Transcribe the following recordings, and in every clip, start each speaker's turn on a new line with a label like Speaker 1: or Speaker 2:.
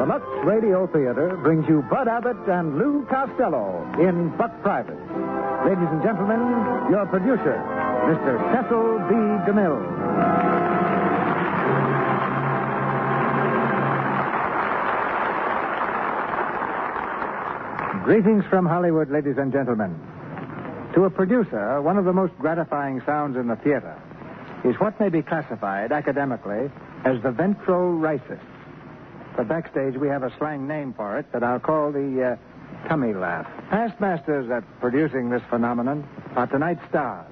Speaker 1: The Lux Radio Theater brings you Bud Abbott and Lou Costello in Buck Private. Ladies and gentlemen, your producer, Mr. Cecil B. DeMille. Greetings from Hollywood, ladies and gentlemen. To a producer, one of the most gratifying sounds in the theater is what may be classified academically as the ventrorisis. But backstage, we have a slang name for it that I'll call the uh, tummy laugh. Past masters at producing this phenomenon are tonight's stars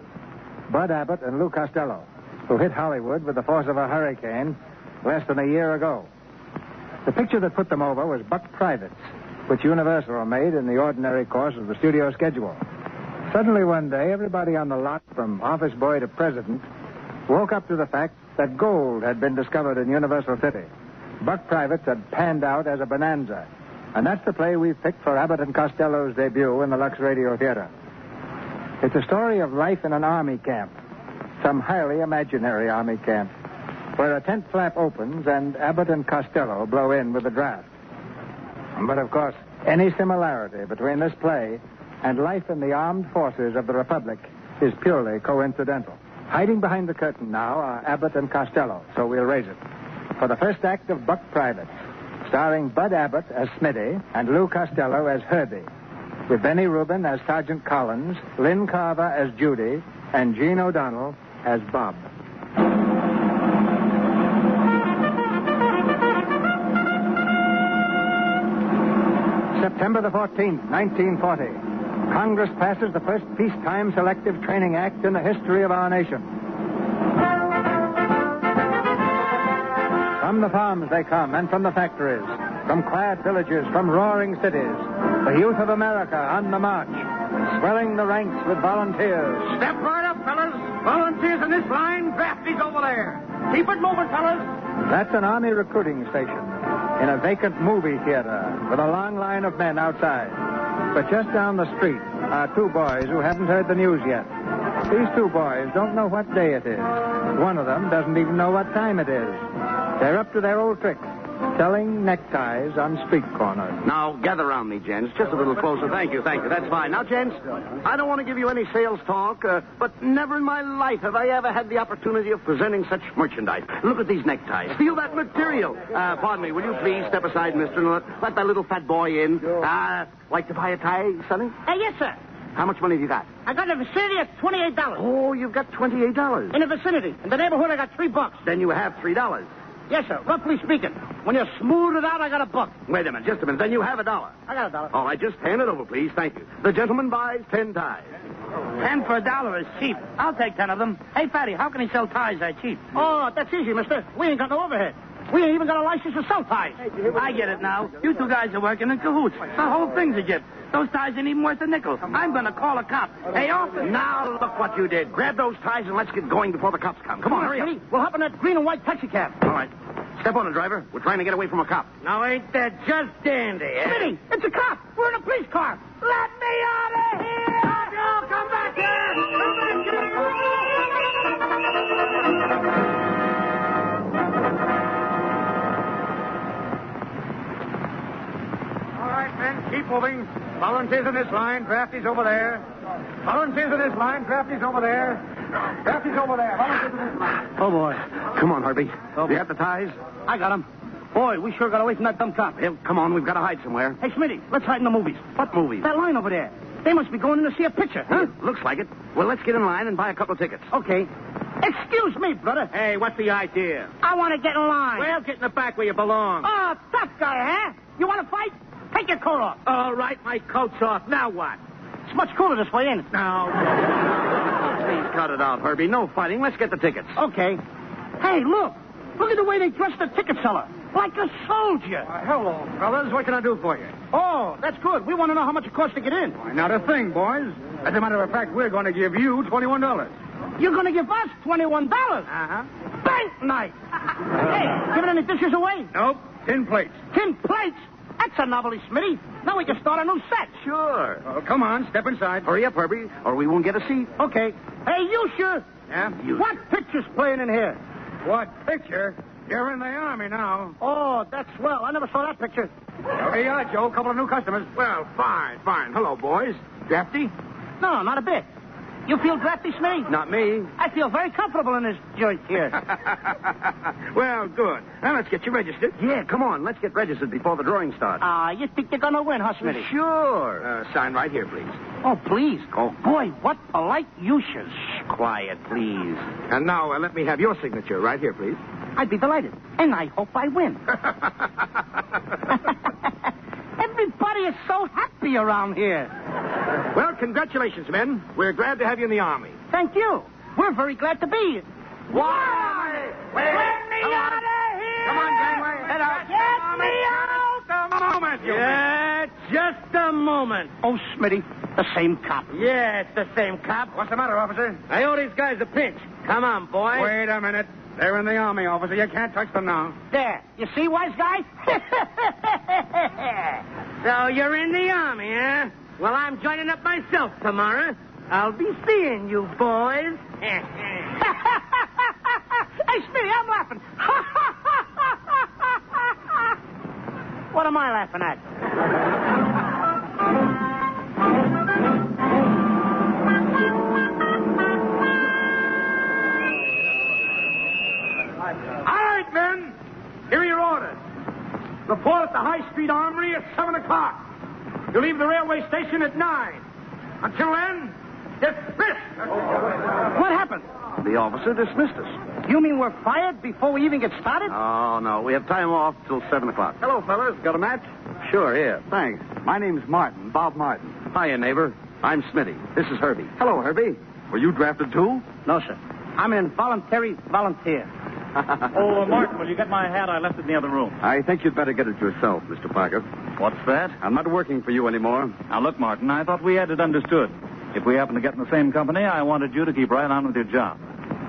Speaker 1: Bud Abbott and Lou Costello, who hit Hollywood with the force of a hurricane less than a year ago. The picture that put them over was Buck Privates, which Universal made in the ordinary course of the studio schedule. Suddenly one day, everybody on the lot, from office boy to president, woke up to the fact that gold had been discovered in Universal City. Buck Privates had panned out as a bonanza. And that's the play we've picked for Abbott and Costello's debut in the Lux Radio Theater. It's a story of life in an army camp, some highly imaginary army camp, where a tent flap opens and Abbott and Costello blow in with a draft. But of course, any similarity between this play and life in the armed forces of the Republic is purely coincidental. Hiding behind the curtain now are Abbott and Costello, so we'll raise it. For the first act of Buck Private, starring Bud Abbott as Smitty and Lou Costello as Herbie, with Benny Rubin as Sergeant Collins, Lynn Carver as Judy, and Gene O'Donnell as Bob. September the 14th, 1940. Congress passes the first peacetime selective training act in the history of our nation. From the farms they come, and from the factories, from quiet villages, from roaring cities. The youth of America on the march, swelling the ranks with volunteers. Step right up, fellas. Volunteers in this line, drafties over there. Keep it moving, fellas. That's an army recruiting station in a vacant movie theater with a long line of men outside. But just down the street are two boys who haven't heard the news yet. These two boys don't know what day it is. One of them doesn't even know what time it is. They're up to their old tricks, selling neckties on street corners.
Speaker 2: Now, gather round me, gents. Just a little closer. Thank you, thank you. That's fine. Now, gents, I don't want to give you any sales talk, uh, but never in my life have I ever had the opportunity of presenting such merchandise. Look at these neckties. Feel that material. Uh, pardon me, will you please step aside, mister, and let, let that little fat boy in? Uh, like to buy a tie, Sonny?
Speaker 3: Hey, Uh, yes, sir.
Speaker 2: How much money have you got?
Speaker 3: I got in the vicinity of twenty-eight dollars.
Speaker 2: Oh, you've got $28.
Speaker 3: In the vicinity. In the neighborhood, I got three bucks.
Speaker 2: Then you have $3.
Speaker 3: Yes, sir. Roughly speaking, when you smooth it out, I got a buck.
Speaker 2: Wait a minute, just a minute. Then you have a dollar.
Speaker 3: I got a dollar.
Speaker 2: All right, just hand it over, please. Thank you. The gentleman buys 10 ties.
Speaker 4: Ten for a dollar is cheap. I'll take ten of them. Hey, Fatty, how can he sell ties that cheap?
Speaker 3: Oh, that's easy, mister. We ain't got no overhead. We ain't even got a license to sell ties.
Speaker 4: I get it now. You two guys are working in cahoots. The whole thing's a gift. Those ties ain't even worth a nickel. I'm going to call a cop. Hey, officer.
Speaker 2: Now, look what you did. Grab those ties and let's get going before the cops come. Come on, hurry up.
Speaker 3: Smitty, We'll hop in that green and white taxicab.
Speaker 2: All right. Step on it, driver. We're trying to get away from a cop.
Speaker 4: Now, ain't that just dandy, eh?
Speaker 3: Smitty, it's a cop. We're in a police car. Let me out of here! come back here!
Speaker 1: All right, men, keep moving. Volunteers in this line, drafties over there. Volunteers in this line, drafties over there. Drafties over there. Volunteers in this line.
Speaker 2: Oh, boy. Come on, Herbie.
Speaker 1: Oh,
Speaker 2: You got the ties? Ah,
Speaker 3: I got him. Boy, we sure got away from that dumb cop.
Speaker 2: Well, come on. We've got to hide somewhere.
Speaker 3: Hey, Smitty, let's hide in the movies.
Speaker 2: What movie?
Speaker 3: That line over there. They must be going in to see a picture, huh?
Speaker 2: Looks like it. Well, let's get in line and buy a couple of tickets.
Speaker 3: Okay. Excuse me, brother.
Speaker 4: Hey, what's the idea?
Speaker 3: I want to get in line.
Speaker 4: Well, get in the back where you belong.
Speaker 3: Oh, tough guy, huh? You want to fight? Take your coat off.
Speaker 4: All right, my coat's off. Now what?
Speaker 2: It's much cooler this way, ain't it?
Speaker 4: Now,
Speaker 2: Please cut it out, Herbie. No fighting. Let's get the tickets.
Speaker 1: Oh,
Speaker 4: okay. Hey, look. Look at the way they dress the ticket seller. Like a soldier.
Speaker 1: hello.
Speaker 2: Brothers, what can I do for you?
Speaker 4: Oh, that's good. We want to know how much it costs to get in.
Speaker 1: Not a thing, boys. As a matter of fact, we're going to give you $21.
Speaker 4: You're going to give us $21.
Speaker 1: Uh-huh.
Speaker 4: Bank night. hey, giving any dishes away?
Speaker 1: Nope. Tin plates.
Speaker 4: Tin plates? That's a novelty, Smitty. Now we can start a new set.
Speaker 2: Sure.
Speaker 1: Oh, come on, step inside.
Speaker 2: Hurry up, Herbie, or we won't get a seat.
Speaker 4: Okay. Hey, you sure?
Speaker 1: Yeah?
Speaker 4: What picture's playing in here?
Speaker 1: What picture? You're in the army now.
Speaker 4: Oh, that's well. I never saw that picture.
Speaker 1: Here you are, Joe. Couple of new customers.
Speaker 2: Well, fine, fine. Hello, boys. Drafty?
Speaker 4: No, not a bit. You feel drafty, Smitty?
Speaker 2: Not me.
Speaker 4: I feel very comfortable in this joint here.
Speaker 2: well, good. Now let's get you registered. Yeah, come on. Let's get registered before the drawing starts.
Speaker 4: Ah, you think you're going to win, huh, Smitty?
Speaker 2: sure. Uh, sign right here, please.
Speaker 4: Oh, please. Oh, boy, what polite ushers.
Speaker 2: Quiet, please. And now uh, let me have your signature right here, please.
Speaker 4: I'd be delighted. And I hope I win. Everybody is so happy around here.
Speaker 2: Well, congratulations, men. We're glad to have you in the army.
Speaker 4: Thank you. We're very glad to be here.
Speaker 2: Why?
Speaker 3: Get me out of here!
Speaker 2: Come on, gangway. Head out.
Speaker 3: Get me out!
Speaker 2: Just a moment, you
Speaker 4: Yeah, just a moment. Oh, Smitty, the same cop.
Speaker 2: Yeah, it's the same cop.
Speaker 1: What's the matter, officer?
Speaker 2: I owe these guys a pinch. Come on, boy.
Speaker 1: Wait a minute. They're in the army, officer. You can't touch them now.
Speaker 4: There. You see, wise guy?
Speaker 2: So you're in the army, eh? Well, I'm joining up myself tomorrow. I'll be seeing you, boys.
Speaker 4: hey, Smitty, I'm laughing. what am I laughing at?
Speaker 1: All right, men. Here are your orders. Report at the High Street Armory at 7 o'clock. You leave the railway station at 9. Until then, dismiss.
Speaker 4: What happened?
Speaker 2: The officer dismissed us.
Speaker 4: You mean we're fired before we even get started?
Speaker 2: Oh, no. We have time off till 7 o'clock. Hello, fellas. Got a match? Sure, yeah. Thanks. My name's Martin, Bob Martin. Hiya, neighbor. I'm Smitty. This is Herbie. Hello, Herbie. Were you drafted, too?
Speaker 4: No, sir. I'm an involuntary volunteer.
Speaker 5: Oh, uh, Martin, will you get my hat? I left it in the other room.
Speaker 2: I think you'd better get it yourself, Mr. Parker.
Speaker 5: What's that?
Speaker 2: I'm not working for you anymore.
Speaker 5: Now, look, Martin, I thought we had it understood. If we happen to get in the same company, I wanted you to keep right on with your job.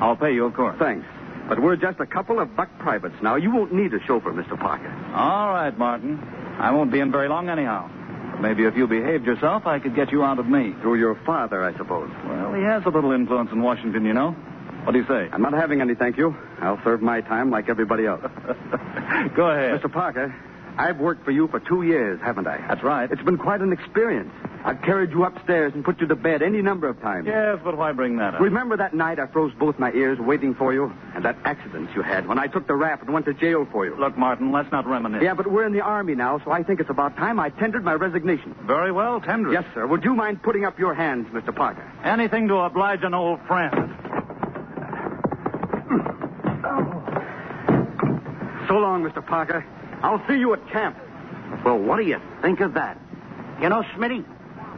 Speaker 5: I'll pay you, of course.
Speaker 2: Thanks. But we're just a couple of buck privates now. You won't need a chauffeur, Mr. Parker.
Speaker 5: All right, Martin. I won't be in very long, anyhow. Maybe if you behaved yourself, I could get you out of me.
Speaker 2: Through your father, I suppose.
Speaker 5: Well, he has a little influence in Washington, you know. What do you say?
Speaker 2: I'm not having any, thank you. I'll serve my time like everybody else.
Speaker 5: Go ahead.
Speaker 2: Mr. Parker, I've worked for you for two years, haven't I?
Speaker 5: That's right.
Speaker 2: It's been quite an experience. I've carried you upstairs and put you to bed any number of times.
Speaker 5: Yes, but why bring that up?
Speaker 2: Remember that night I froze both my ears waiting for you? And that accident you had when I took the rap and went to jail for you?
Speaker 5: Look, Martin, let's not reminisce.
Speaker 2: Yeah, but we're in the Army now, so I think it's about time I tendered my resignation.
Speaker 5: Very well, tender.
Speaker 2: Yes, sir. Would you mind putting up your hands, Mr. Parker?
Speaker 5: Anything to oblige an old friend.
Speaker 2: So long, Mr. Parker. I'll see you at camp. Well, what do you think of that?
Speaker 4: You know, Smitty,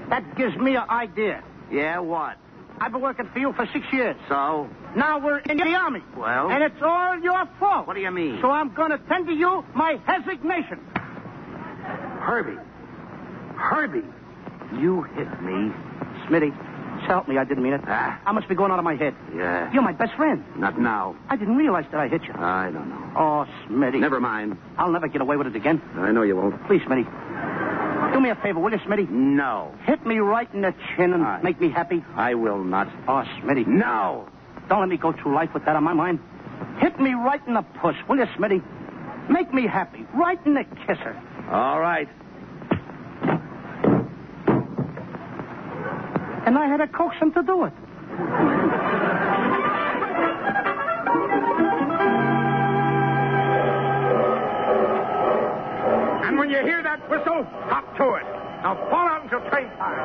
Speaker 4: that gives me an idea.
Speaker 2: Yeah, what?
Speaker 4: I've been working for you for six years.
Speaker 2: So?
Speaker 4: Now we're in the army.
Speaker 2: Well?
Speaker 4: And it's all your fault.
Speaker 2: What do you mean?
Speaker 4: So I'm going to tender you my resignation.
Speaker 2: Herbie. Herbie. You hit me.
Speaker 4: Smitty, help me. I didn't mean it.
Speaker 2: Ah.
Speaker 4: I must be going out of my head.
Speaker 2: Yeah.
Speaker 4: You're my best friend.
Speaker 2: Not now.
Speaker 4: I didn't realize that I hit you.
Speaker 2: I don't know.
Speaker 4: Ah. Oh, Smitty.
Speaker 2: Never mind.
Speaker 4: I'll never get away with it again.
Speaker 2: I know you won't.
Speaker 4: Please, Smitty. Do me a favor, will you, Smitty?
Speaker 2: No.
Speaker 4: Hit me right in the chin and
Speaker 2: All right.
Speaker 4: make me happy.
Speaker 2: I will not.
Speaker 4: Oh, Smitty.
Speaker 2: No.
Speaker 4: Don't let me go through life with that on my mind. Hit me right in the puss, will you, Smitty? Make me happy. Right in the kisser.
Speaker 2: All right.
Speaker 4: And I had to coax him to do it.
Speaker 1: And when you hear that whistle, hop to it. Now fall out until train time.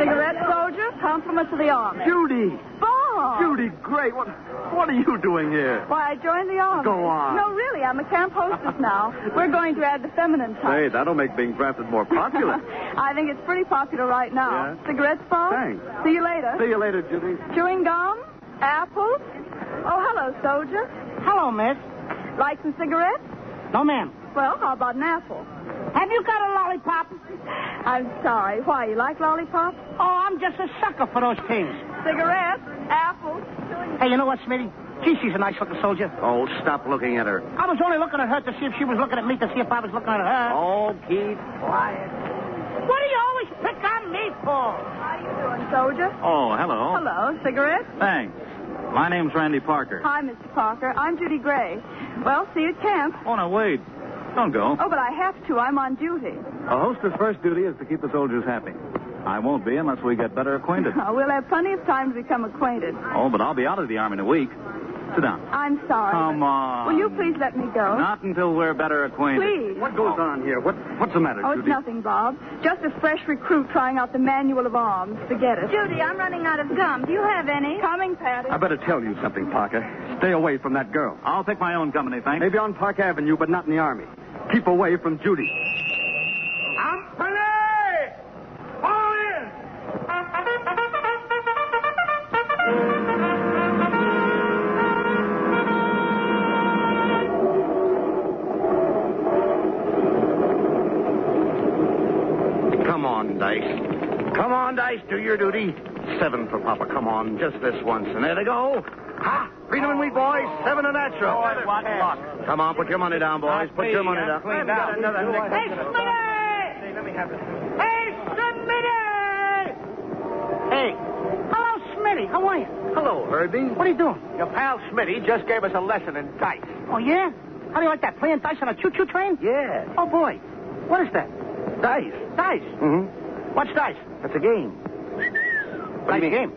Speaker 6: Cigarette soldier, compliments of the army.
Speaker 2: Judy.
Speaker 6: Bob, all.
Speaker 5: Judy, great. What, what are you doing here?
Speaker 6: Why, I joined the army.
Speaker 5: Go on.
Speaker 6: No, really, I'm a camp hostess now. We're going to add the feminine
Speaker 5: Hey,
Speaker 6: touch.
Speaker 5: that'll make being drafted more popular.
Speaker 6: I think it's pretty popular right now.
Speaker 5: Yeah?
Speaker 6: Cigarettes, Bob?
Speaker 5: Thanks.
Speaker 6: See you later.
Speaker 5: See you later, Judy.
Speaker 6: Chewing gum? Apples? Oh, hello, soldier.
Speaker 4: Hello, miss.
Speaker 6: Like some cigarettes?
Speaker 4: No, ma'am.
Speaker 6: Well, how about an apple?
Speaker 4: Have you got a lollipop?
Speaker 6: I'm sorry. Why, you like lollipops?
Speaker 4: Oh, I'm just a sucker for those things.
Speaker 6: Cigarettes, apples, chewing
Speaker 4: Hey, you know what, Smitty? Gee, she's a nice-looking soldier.
Speaker 2: Oh, stop looking at her.
Speaker 4: I was only looking at her to see if she was looking at me to see if I was looking at her.
Speaker 2: Oh, Keith.
Speaker 4: What do you always pick on me for?
Speaker 6: How you doing, soldier?
Speaker 5: Oh, hello.
Speaker 6: Hello, cigarettes?
Speaker 5: Thanks. My name's Randy Parker.
Speaker 6: Hi, Mr. Parker. I'm Judy Gray. Well, see you at camp.
Speaker 5: Oh, no, wait. Don't go.
Speaker 6: Oh, but I have to. I'm on duty.
Speaker 5: A hostess' first duty is to keep the soldiers happy. I won't be unless we get better acquainted.
Speaker 6: Uh, we'll have plenty of time to become acquainted.
Speaker 5: oh, but I'll be out of the army in a week. Sit down.
Speaker 6: I'm sorry.
Speaker 5: Come
Speaker 6: but-
Speaker 5: on.
Speaker 6: Will you please let me go?
Speaker 5: Not until we're better acquainted.
Speaker 6: Please.
Speaker 2: What goes on here? What What's the matter,
Speaker 6: Oh, it's
Speaker 2: Judy?
Speaker 6: nothing, Bob. Just a fresh recruit trying out the manual of arms. Forget it. Judy, I'm running out of gum. Do you have any? Coming, Patty.
Speaker 2: I better tell you something, Parker. Stay away from that girl.
Speaker 5: I'll pick my own company, thanks.
Speaker 2: Maybe on Park Avenue, but not in the army. Keep away from Judy.
Speaker 4: Company! All in!
Speaker 2: Come on, Dice. Come on, Dice. Do your duty. Seven for Papa. Come on, just this once. And there they go. Ha! Read 'em and we, boys. Seven a natural. Come on, put your money down, boys. Put your money down.
Speaker 4: Hey, Smitty! Let me have it. Hey, Smitty! Hey. Hello, Smitty. How are you?
Speaker 2: Hello, Herbie.
Speaker 4: What are you doing?
Speaker 2: Your pal Smitty just gave us a lesson in dice.
Speaker 4: Oh, yeah? How do you like that? Playing dice on a choo-choo train?
Speaker 2: Yeah,
Speaker 4: Oh, boy. What is that?
Speaker 2: dice.
Speaker 4: Dice.
Speaker 2: Mm-hmm.
Speaker 4: What's dice?
Speaker 2: That's a game.
Speaker 4: dice
Speaker 2: What do you mean?
Speaker 4: game.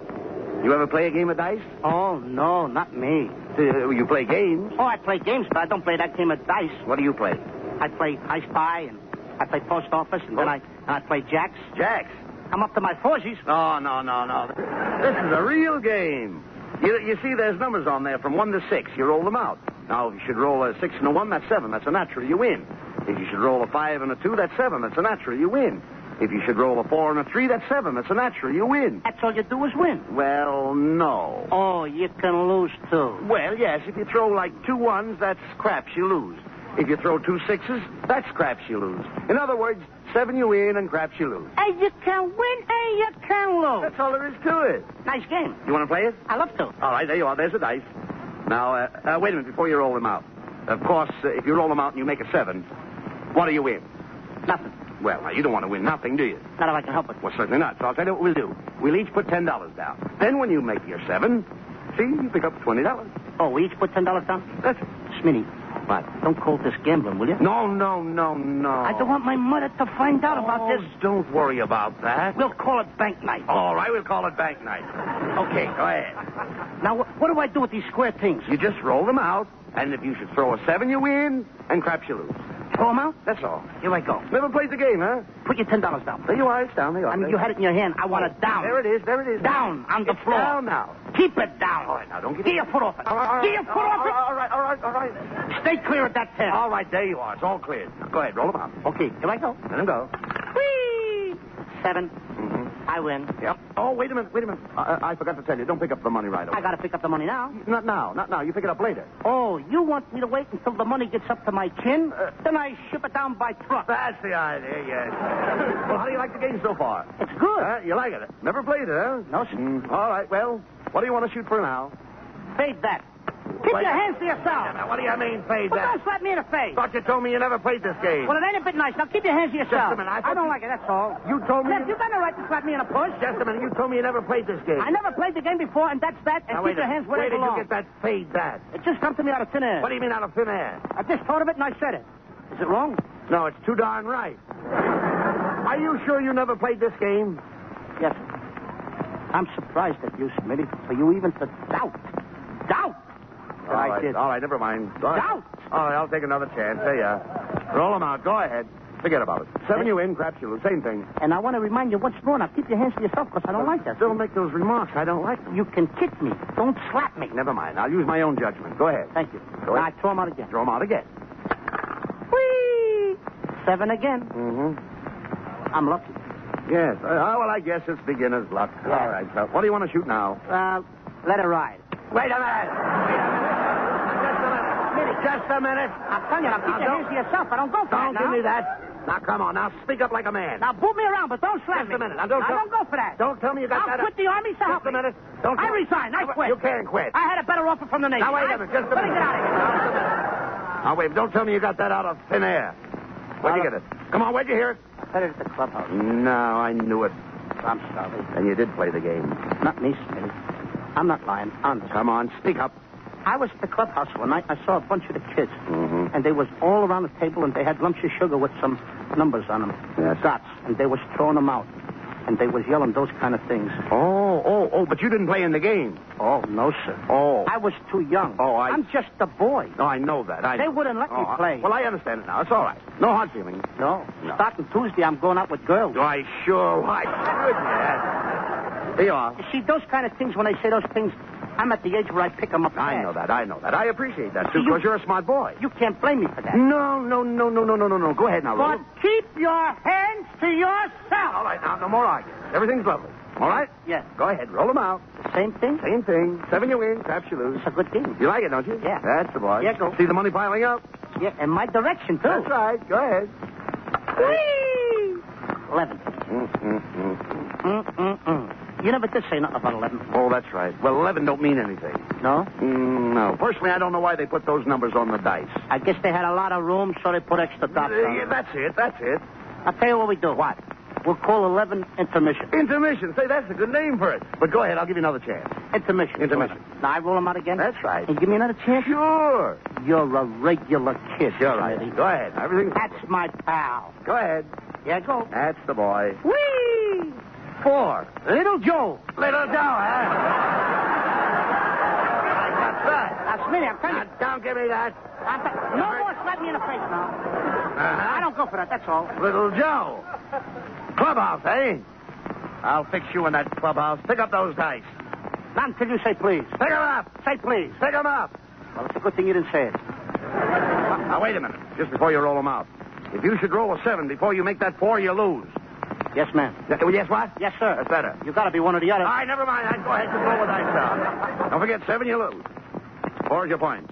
Speaker 2: You ever play a game of dice?
Speaker 4: Oh, no, not me.
Speaker 2: Uh, you play games.
Speaker 4: Oh, I play games, but I don't play that game of dice.
Speaker 2: What do you play?
Speaker 4: I play I Spy and I play Post Office and then
Speaker 2: Oh.
Speaker 4: I and I play Jacks.
Speaker 2: Jacks. Oh.
Speaker 4: I'm up to my forgies.
Speaker 2: No, no, no, no. This is a real game. You, you see, there's numbers on there from one to six. You roll them out. Now, if you should roll a six and a one, that's seven. That's a natural. You win. If you should roll a five and a two, that's seven. That's a natural. You win. If you should roll a four and a three, that's seven. That's a natural. You win.
Speaker 4: That's all you do is win.
Speaker 2: Well, no.
Speaker 4: Oh, you can lose too.
Speaker 2: Well, yes. If you throw like two ones, that's craps you lose. If you throw two sixes, that's craps you lose. In other words, seven you win and craps you lose.
Speaker 4: Hey, you can win. Hey, you can lose.
Speaker 2: That's all there is to it.
Speaker 4: Nice game.
Speaker 2: You want to play it?
Speaker 4: I love to.
Speaker 2: All right, there you are. There's the dice. Now, uh, uh, wait a minute before you roll them out. Of course, uh, if you roll them out and you make a seven, what do you win?
Speaker 4: Nothing.
Speaker 2: Well, now, you don't want to win nothing, do you?
Speaker 4: Not if I can help it.
Speaker 2: Well, certainly not. So I'll tell you what we'll do. We'll each put $10 down. Then when you make your seven, see, you pick up $20.
Speaker 4: Oh, we each put ten dollars down.
Speaker 2: That's it.
Speaker 4: Smitty,
Speaker 2: What?
Speaker 4: don't call this gambling, will you?
Speaker 2: No, no, no, no.
Speaker 4: I don't want my mother to find out about this.
Speaker 2: Oh, Don't worry about that.
Speaker 4: We'll call it bank night.
Speaker 2: All right, we'll call it bank night. Okay, go ahead.
Speaker 4: Now, wh- what do I do with these square things?
Speaker 2: You just roll them out, and if you should throw a seven, you win, and craps you lose.
Speaker 4: Throw them out?
Speaker 2: That's all.
Speaker 4: Here I go.
Speaker 2: Never played the game, huh?
Speaker 4: Put your ten dollars down.
Speaker 2: There you are. It's down. There you are.
Speaker 4: I mean, you had it in your hand. I want it down.
Speaker 2: There it is. There it is.
Speaker 4: Down on the
Speaker 2: It's
Speaker 4: floor.
Speaker 2: down now.
Speaker 4: Keep it down.
Speaker 2: All right, now, don't get-
Speaker 4: Get your foot off it.
Speaker 2: All right, all right.
Speaker 4: Get your foot
Speaker 2: all right,
Speaker 4: off
Speaker 2: all right, all right, all right.
Speaker 4: it. Stay clear of that tent.
Speaker 2: All right, there you are. It's all cleared. Now, go ahead, roll them out.
Speaker 4: Okay, here I go.
Speaker 2: Let them go.
Speaker 4: Whee! Seven.
Speaker 2: Mhm.
Speaker 4: I win.
Speaker 2: Yep. Oh, wait a minute, wait a minute. I, I forgot to tell you. Don't pick up the money right away.
Speaker 4: I gotta pick up the money now.
Speaker 2: Not now, not now. You pick it up later.
Speaker 4: Oh, you want me to wait until the money gets up to my chin? then I ship it down by truck.
Speaker 2: Uh, That's the idea, yes. well, how do you like the game so far?
Speaker 4: It's good.
Speaker 2: Huh? You like it? Never played it, huh?
Speaker 4: No, sir.
Speaker 2: Mm, All right, well, what do you want to shoot for now?
Speaker 4: Fade that. Keep
Speaker 2: Wait.
Speaker 4: your hands to yourself.
Speaker 2: Now, what do you mean, fade
Speaker 4: Well, don't slap me in the face.
Speaker 2: Thought you told me you never played this game.
Speaker 4: Well, it ain't a bit nice. Now keep your hands to yourself.
Speaker 2: a minute. I thought
Speaker 4: don't
Speaker 2: you-
Speaker 4: like it, that's all.
Speaker 2: You told me.
Speaker 4: Cliff, you got no right to slap me in a push.
Speaker 2: Just a minute. You told me you never played this game.
Speaker 4: I never played the game before, and that's that. And
Speaker 2: Now, wait
Speaker 4: keep
Speaker 2: a
Speaker 4: your
Speaker 2: minute.
Speaker 4: hands where
Speaker 2: Where
Speaker 4: they
Speaker 2: did
Speaker 4: belong.
Speaker 2: you get that fade that?
Speaker 4: It just come to me out of thin air.
Speaker 2: What do you mean out of thin air?
Speaker 4: I just thought of it and I said it. Is it wrong?
Speaker 2: No, it's too darn right. Are you sure you never played this game?
Speaker 4: Yes. I'm surprised at you, Smitty, for you even to doubt. Doubt that I did.
Speaker 2: All right, never mind. All right.
Speaker 4: Doubt.
Speaker 2: All right, I'll take another chance. There you are. Roll them uh, out. Go ahead. Forget about it. Seven you in, craps you lose. Same thing.
Speaker 4: And I want to remind you what's wrong. Now keep your hands to yourself because I don't like that.
Speaker 2: Don't make those remarks. I don't like them.
Speaker 4: You can kick me. Don't slap me.
Speaker 2: Never mind. I'll use my own judgment. Go ahead.
Speaker 4: Thank you.
Speaker 2: Go
Speaker 4: Now I
Speaker 2: ahead.
Speaker 4: throw him out again.
Speaker 2: Throw 'em out again.
Speaker 4: Whee! Seven again.
Speaker 2: Mm-hmm.
Speaker 4: I'm lucky.
Speaker 2: Yes. Uh, oh, well, I guess it's beginner's luck.
Speaker 4: Yeah.
Speaker 2: All right, so what do you want to shoot now?
Speaker 4: Uh, let it ride.
Speaker 2: Wait a minute. Wait a minute. Just a minute. Just a minute.
Speaker 4: I'm telling you, now keep
Speaker 2: Now,
Speaker 4: your
Speaker 2: don't-
Speaker 4: hands to yourself. I don't go for
Speaker 2: Don't
Speaker 4: that.
Speaker 2: give
Speaker 4: now.
Speaker 2: me that. Now, come on. Now, speak up like a man.
Speaker 4: Now boot me around, but don't slap
Speaker 2: Just
Speaker 4: me.
Speaker 2: a minute. Now, don't
Speaker 4: I
Speaker 2: tell-
Speaker 4: don't go for that.
Speaker 2: Don't tell me you got
Speaker 4: I'll
Speaker 2: that.
Speaker 4: quit the army, so
Speaker 2: Just
Speaker 4: help
Speaker 2: a
Speaker 4: me.
Speaker 2: minute. Don't.
Speaker 4: I resign. I quit.
Speaker 2: You can't quit.
Speaker 4: I had a better offer from the Navy.
Speaker 2: Now, wait
Speaker 4: I-
Speaker 2: a minute. Just a
Speaker 4: Let me
Speaker 2: minute.
Speaker 4: get out of here.
Speaker 2: Now, wait. Don't tell me you got that out of thin air. Where'd you get it? Come on, where'd you hear it?
Speaker 4: I said it at the clubhouse.
Speaker 2: No, I knew it.
Speaker 4: I'm sorry.
Speaker 2: And you did play the game.
Speaker 4: Not me, Smitty. I'm not lying. Honest.
Speaker 2: Come on, speak up.
Speaker 4: I was at the clubhouse one night. I saw a bunch of the kids.
Speaker 2: Mhm.
Speaker 4: And they was all around the table, and they had lumps of sugar with some numbers on them.
Speaker 2: Yes.
Speaker 4: Dots. And they was throwing them out. And they was yelling those kind of things.
Speaker 2: Oh, oh, oh, but you didn't play in the game.
Speaker 4: Oh, no, sir.
Speaker 2: Oh.
Speaker 4: I was too young.
Speaker 2: Oh, I-
Speaker 4: I'm just a boy.
Speaker 2: No, I know that. I
Speaker 4: They
Speaker 2: know.
Speaker 4: wouldn't let me
Speaker 2: Oh, I-
Speaker 4: play.
Speaker 2: Well, I understand it now. It's all right. No hard feelings.
Speaker 4: No.
Speaker 2: No.
Speaker 4: Starting Tuesday, I'm going out with girls.
Speaker 2: Why, sure. Why? Goodness. Here you are.
Speaker 4: You see, those kind of things, when they say those things, I'm at the age where I pick them up
Speaker 2: I
Speaker 4: fast.
Speaker 2: know that. I know that. I appreciate that, too,
Speaker 4: You-
Speaker 2: because you... are a smart boy.
Speaker 4: You can't blame me for that.
Speaker 2: No, no, no, no, no, no, no, no. Go ahead now,
Speaker 4: But
Speaker 2: Roland.
Speaker 4: keep your hands to
Speaker 2: All
Speaker 4: yourself.
Speaker 2: right, now, no more arguing. Everything's lovely. All right?
Speaker 4: Yes.
Speaker 2: Go ahead, roll them out.
Speaker 4: Same thing.
Speaker 2: Same thing. Seven you win, craps you lose.
Speaker 4: It's a good game.
Speaker 2: You like it, don't you?
Speaker 4: Yeah.
Speaker 2: That's the boy.
Speaker 4: Yeah, go.
Speaker 2: See the money piling up?
Speaker 4: Yeah, in my direction, too.
Speaker 2: That's right. Go ahead.
Speaker 4: Eleven. Mm-mm-mm. You never did say nothing about eleven.
Speaker 2: Mm-hmm. Oh, that's right. Well, 11 don't mean anything.
Speaker 4: No?
Speaker 2: Mm, no. Personally, I don't know why they put those numbers on the dice.
Speaker 4: I guess they had a lot of room, so they put extra dots
Speaker 2: Uh,
Speaker 4: on
Speaker 2: yeah,
Speaker 4: it.
Speaker 2: that's it. That's it.
Speaker 4: I'll tell you what we do. What? We'll call eleven intermission.
Speaker 2: Intermission. Say, that's a good name for it. But go ahead. I'll give you another chance.
Speaker 4: Intermission.
Speaker 2: Intermission.
Speaker 4: Now I roll them out again?
Speaker 2: That's right.
Speaker 4: And give me another chance?
Speaker 2: Sure.
Speaker 4: You're a regular kid.
Speaker 2: You're right. Go ahead. Everything's
Speaker 4: That's my pal.
Speaker 2: Go ahead.
Speaker 4: Yeah, go.
Speaker 2: That's the boy.
Speaker 4: Whee!
Speaker 2: Four.
Speaker 4: Little Joe.
Speaker 2: Little Joe, huh? That's right.
Speaker 4: Now, Smitty, I'm telling you.
Speaker 2: Now, don't give me that.
Speaker 4: I'm t- no more slap me in the face now.
Speaker 2: Uh-huh.
Speaker 4: I don't go for that, that's all.
Speaker 2: Little Joe. Clubhouse, eh? I'll fix you in that clubhouse. Pick up those dice.
Speaker 4: Not until you say please.
Speaker 2: Pick 'em up.
Speaker 4: Say please.
Speaker 2: Pick 'em up.
Speaker 4: Well, it's a good thing you didn't say it.
Speaker 2: Now, wait a minute. Just before you roll 'em out. If you should roll a seven before you make that four, you lose.
Speaker 4: Yes, ma'am.
Speaker 2: Th- Yes, what?
Speaker 4: Yes, sir.
Speaker 2: That's better.
Speaker 4: You gotta be one or the other.
Speaker 2: All right, never mind. Go ahead. Just roll the dice down. Don't forget, seven, you lose. Four is your point.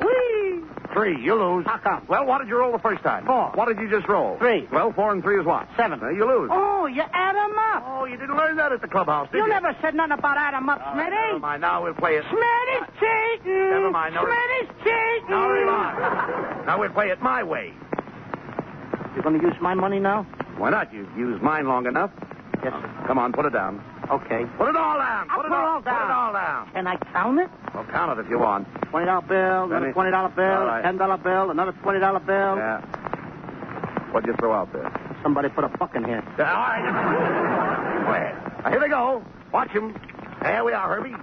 Speaker 4: Whee!
Speaker 2: Three, you lose.
Speaker 4: How come?
Speaker 2: Well, what did you roll the first time?
Speaker 4: Four.
Speaker 2: What did you just roll?
Speaker 4: Three.
Speaker 2: Well, four and three is what?
Speaker 4: Seven.
Speaker 2: Uh, you lose.
Speaker 4: Oh, you add 'em up.
Speaker 2: Oh, you didn't learn that at the clubhouse, did
Speaker 4: You
Speaker 2: you?
Speaker 4: never said nothing about add 'em up,
Speaker 2: All right, never
Speaker 4: Smitty.
Speaker 2: mind. eh? Now we'll play it.
Speaker 4: Smitty's cheating.
Speaker 2: Never mind, no-
Speaker 4: Smitty's cheating.
Speaker 2: Now relax. Now we'll play it my way.
Speaker 4: You're gonna use my money now?
Speaker 2: Why not? You've used mine long enough.
Speaker 4: Yes, sir.
Speaker 2: Come on, put it down.
Speaker 4: Okay.
Speaker 2: Put it all down.
Speaker 4: I'll
Speaker 2: Put it
Speaker 4: put it all
Speaker 2: Put
Speaker 4: down.
Speaker 2: it all down.
Speaker 4: Can I count it?
Speaker 2: Well, count it if you want.
Speaker 4: Twenty dollar bill, another
Speaker 2: Benny.
Speaker 4: twenty dollar bill,
Speaker 2: All right.
Speaker 4: ten dollar bill, another twenty dollar bill.
Speaker 2: Yeah. What'd you throw out there?
Speaker 4: Somebody put a buck in here.
Speaker 2: All right. Go ahead. Now, here they go. Watch them. There we are, Herbie.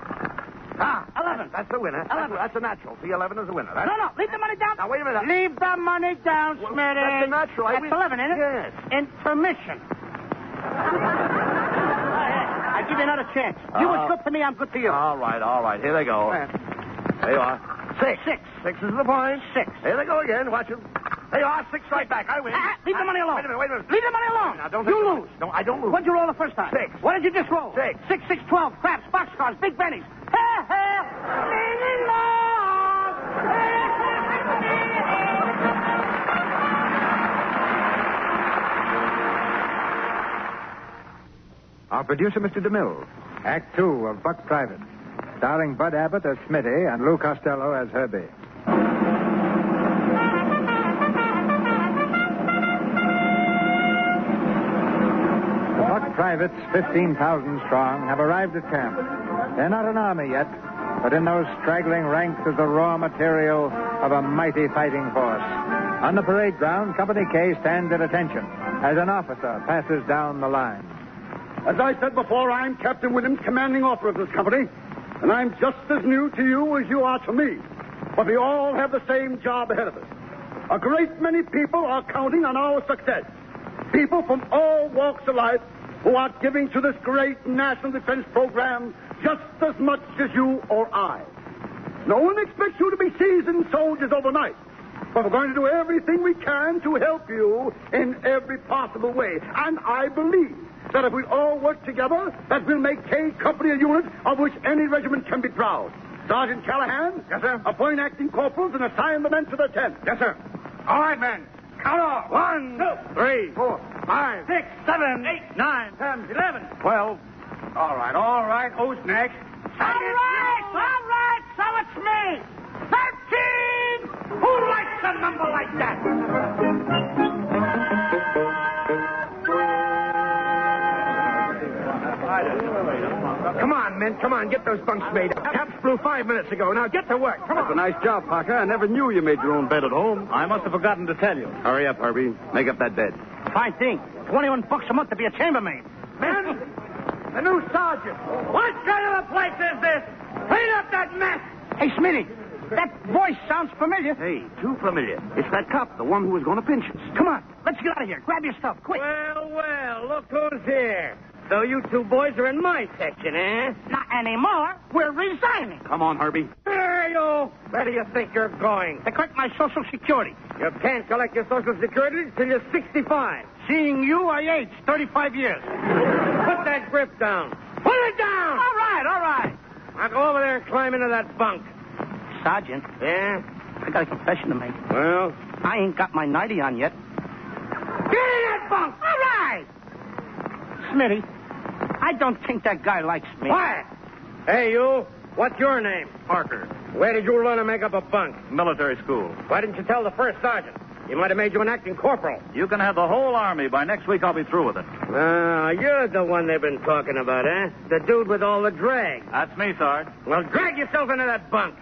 Speaker 2: Ah, 11. That's the winner. That's-
Speaker 4: Eleven.
Speaker 2: That's, a natural. See, 11 is the winner. That's,
Speaker 4: No, no, leave the money down.
Speaker 2: Now, wait a minute.
Speaker 4: Leave the money down,
Speaker 2: Well,
Speaker 4: Smitty.
Speaker 2: that's a natural. I
Speaker 4: That's
Speaker 2: mean-
Speaker 4: eleven, ain't it?
Speaker 2: Yes.
Speaker 4: Intermission. I give you another chance. You was
Speaker 2: Uh,
Speaker 4: good to me, I'm good to you.
Speaker 2: All right, all right. Here they go. There you are. Six.
Speaker 4: Six.
Speaker 2: Six is the point.
Speaker 4: Six.
Speaker 2: Here they go again. Watch them. There you are. Six right back. I win.
Speaker 4: Ah, leave the money alone.
Speaker 2: Wait a minute, wait a minute.
Speaker 4: Leave the money alone.
Speaker 2: Now, don't
Speaker 4: you
Speaker 2: take the-
Speaker 4: lose.
Speaker 2: No, I don't lose.
Speaker 4: What'd you roll the first time?
Speaker 2: Six.
Speaker 4: What did you just roll?
Speaker 2: Six.
Speaker 4: Six, six, twelve. Craps, boxcars, big bennies. Ha, ha. Many more.
Speaker 2: Our producer, Mr. DeMille.
Speaker 1: Act two of Buck Private, starring Bud Abbott as Smitty and Lou Costello as Herbie. The Buck Privates, 15,000 strong, have arrived at camp. They're not an army yet, but in those straggling ranks is the raw material of a mighty fighting force. On the parade ground, Company K stands at attention as an officer passes down the line.
Speaker 7: As I said before, I'm Captain Williams, commanding officer of this company, and I'm just as new to you as you are to me. But we all have the same job ahead of us.
Speaker 8: A great many people are counting on our success. People from all walks of life who are giving to this great national defense program just as much as you or I. No one expects you to be seasoned soldiers overnight. But we're going to do everything we can to help you in every possible way. And I believe that if we all work together, that we'll make K Company a unit of which any regiment can be proud. Sergeant Callahan? Yes, sir. Appoint acting corporals and assign the men to their tent. Yes, sir.
Speaker 4: All right, men. Count off. One, two, three, four, five, six, seven, eight, nine, ten, eleven, twelve. All right, all right. Who's next?
Speaker 9: All right, all right, so it's me. Thirteen! Who likes a number like that?
Speaker 4: Come on, men. Come on, get those bunks made up. Caps blew five minutes ago. Now get to work. Come
Speaker 2: That's a
Speaker 4: on.
Speaker 2: nice job, Parker. I never knew you made your own bed at home.
Speaker 5: I must have forgotten to tell you.
Speaker 2: Hurry up, Herbie. Make up that bed.
Speaker 4: Fine thing. Twenty-one bucks a month to be a chambermaid. Men, the new sergeant. What kind of a place is this? Clean up that mess. Hey, Smitty, that voice sounds familiar.
Speaker 2: Hey, too familiar. It's that cop, the one who was going to pinch us.
Speaker 4: Come on, let's get out of here. Grab your stuff, quick.
Speaker 10: Well, well, look who's here. So you two boys are in my section, eh?
Speaker 9: Not anymore. We're resigning.
Speaker 2: Come on, Herbie.
Speaker 10: There you. Where do you think you're going?
Speaker 4: They collect my social security.
Speaker 10: You can't collect your Social Security until you're 65.
Speaker 4: Seeing you, I age 35 years.
Speaker 10: Put that grip down. Put it down!
Speaker 4: All right, all right.
Speaker 10: Now go over there and climb into that bunk.
Speaker 4: Sergeant,
Speaker 10: Yeah?
Speaker 4: I got a confession to make.
Speaker 10: Well?
Speaker 4: I ain't got my nightie on yet.
Speaker 9: Get in that bunk. All right.
Speaker 4: Smitty, I don't think that guy likes me.
Speaker 10: Quiet! Hey, you. What's your name?
Speaker 5: Parker,
Speaker 10: Where did you learn to make up a bunk?
Speaker 5: military school.
Speaker 10: Why didn't you tell the first sergeant? He might have made you an acting corporal.
Speaker 5: You can have the whole army. By next week, I'll be through with it.
Speaker 10: Ah, you're the one they've been talking about, eh? The dude with all the drag.
Speaker 5: That's me, Sarge.
Speaker 10: Well, drag yourself into that bunk.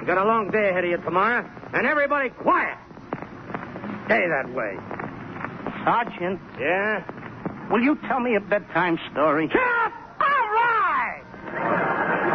Speaker 10: You got a long day ahead of you tomorrow, and everybody quiet. Stay that way.
Speaker 4: Sergeant,
Speaker 10: Yeah?
Speaker 4: will you tell me a bedtime story?
Speaker 9: Get up. All right.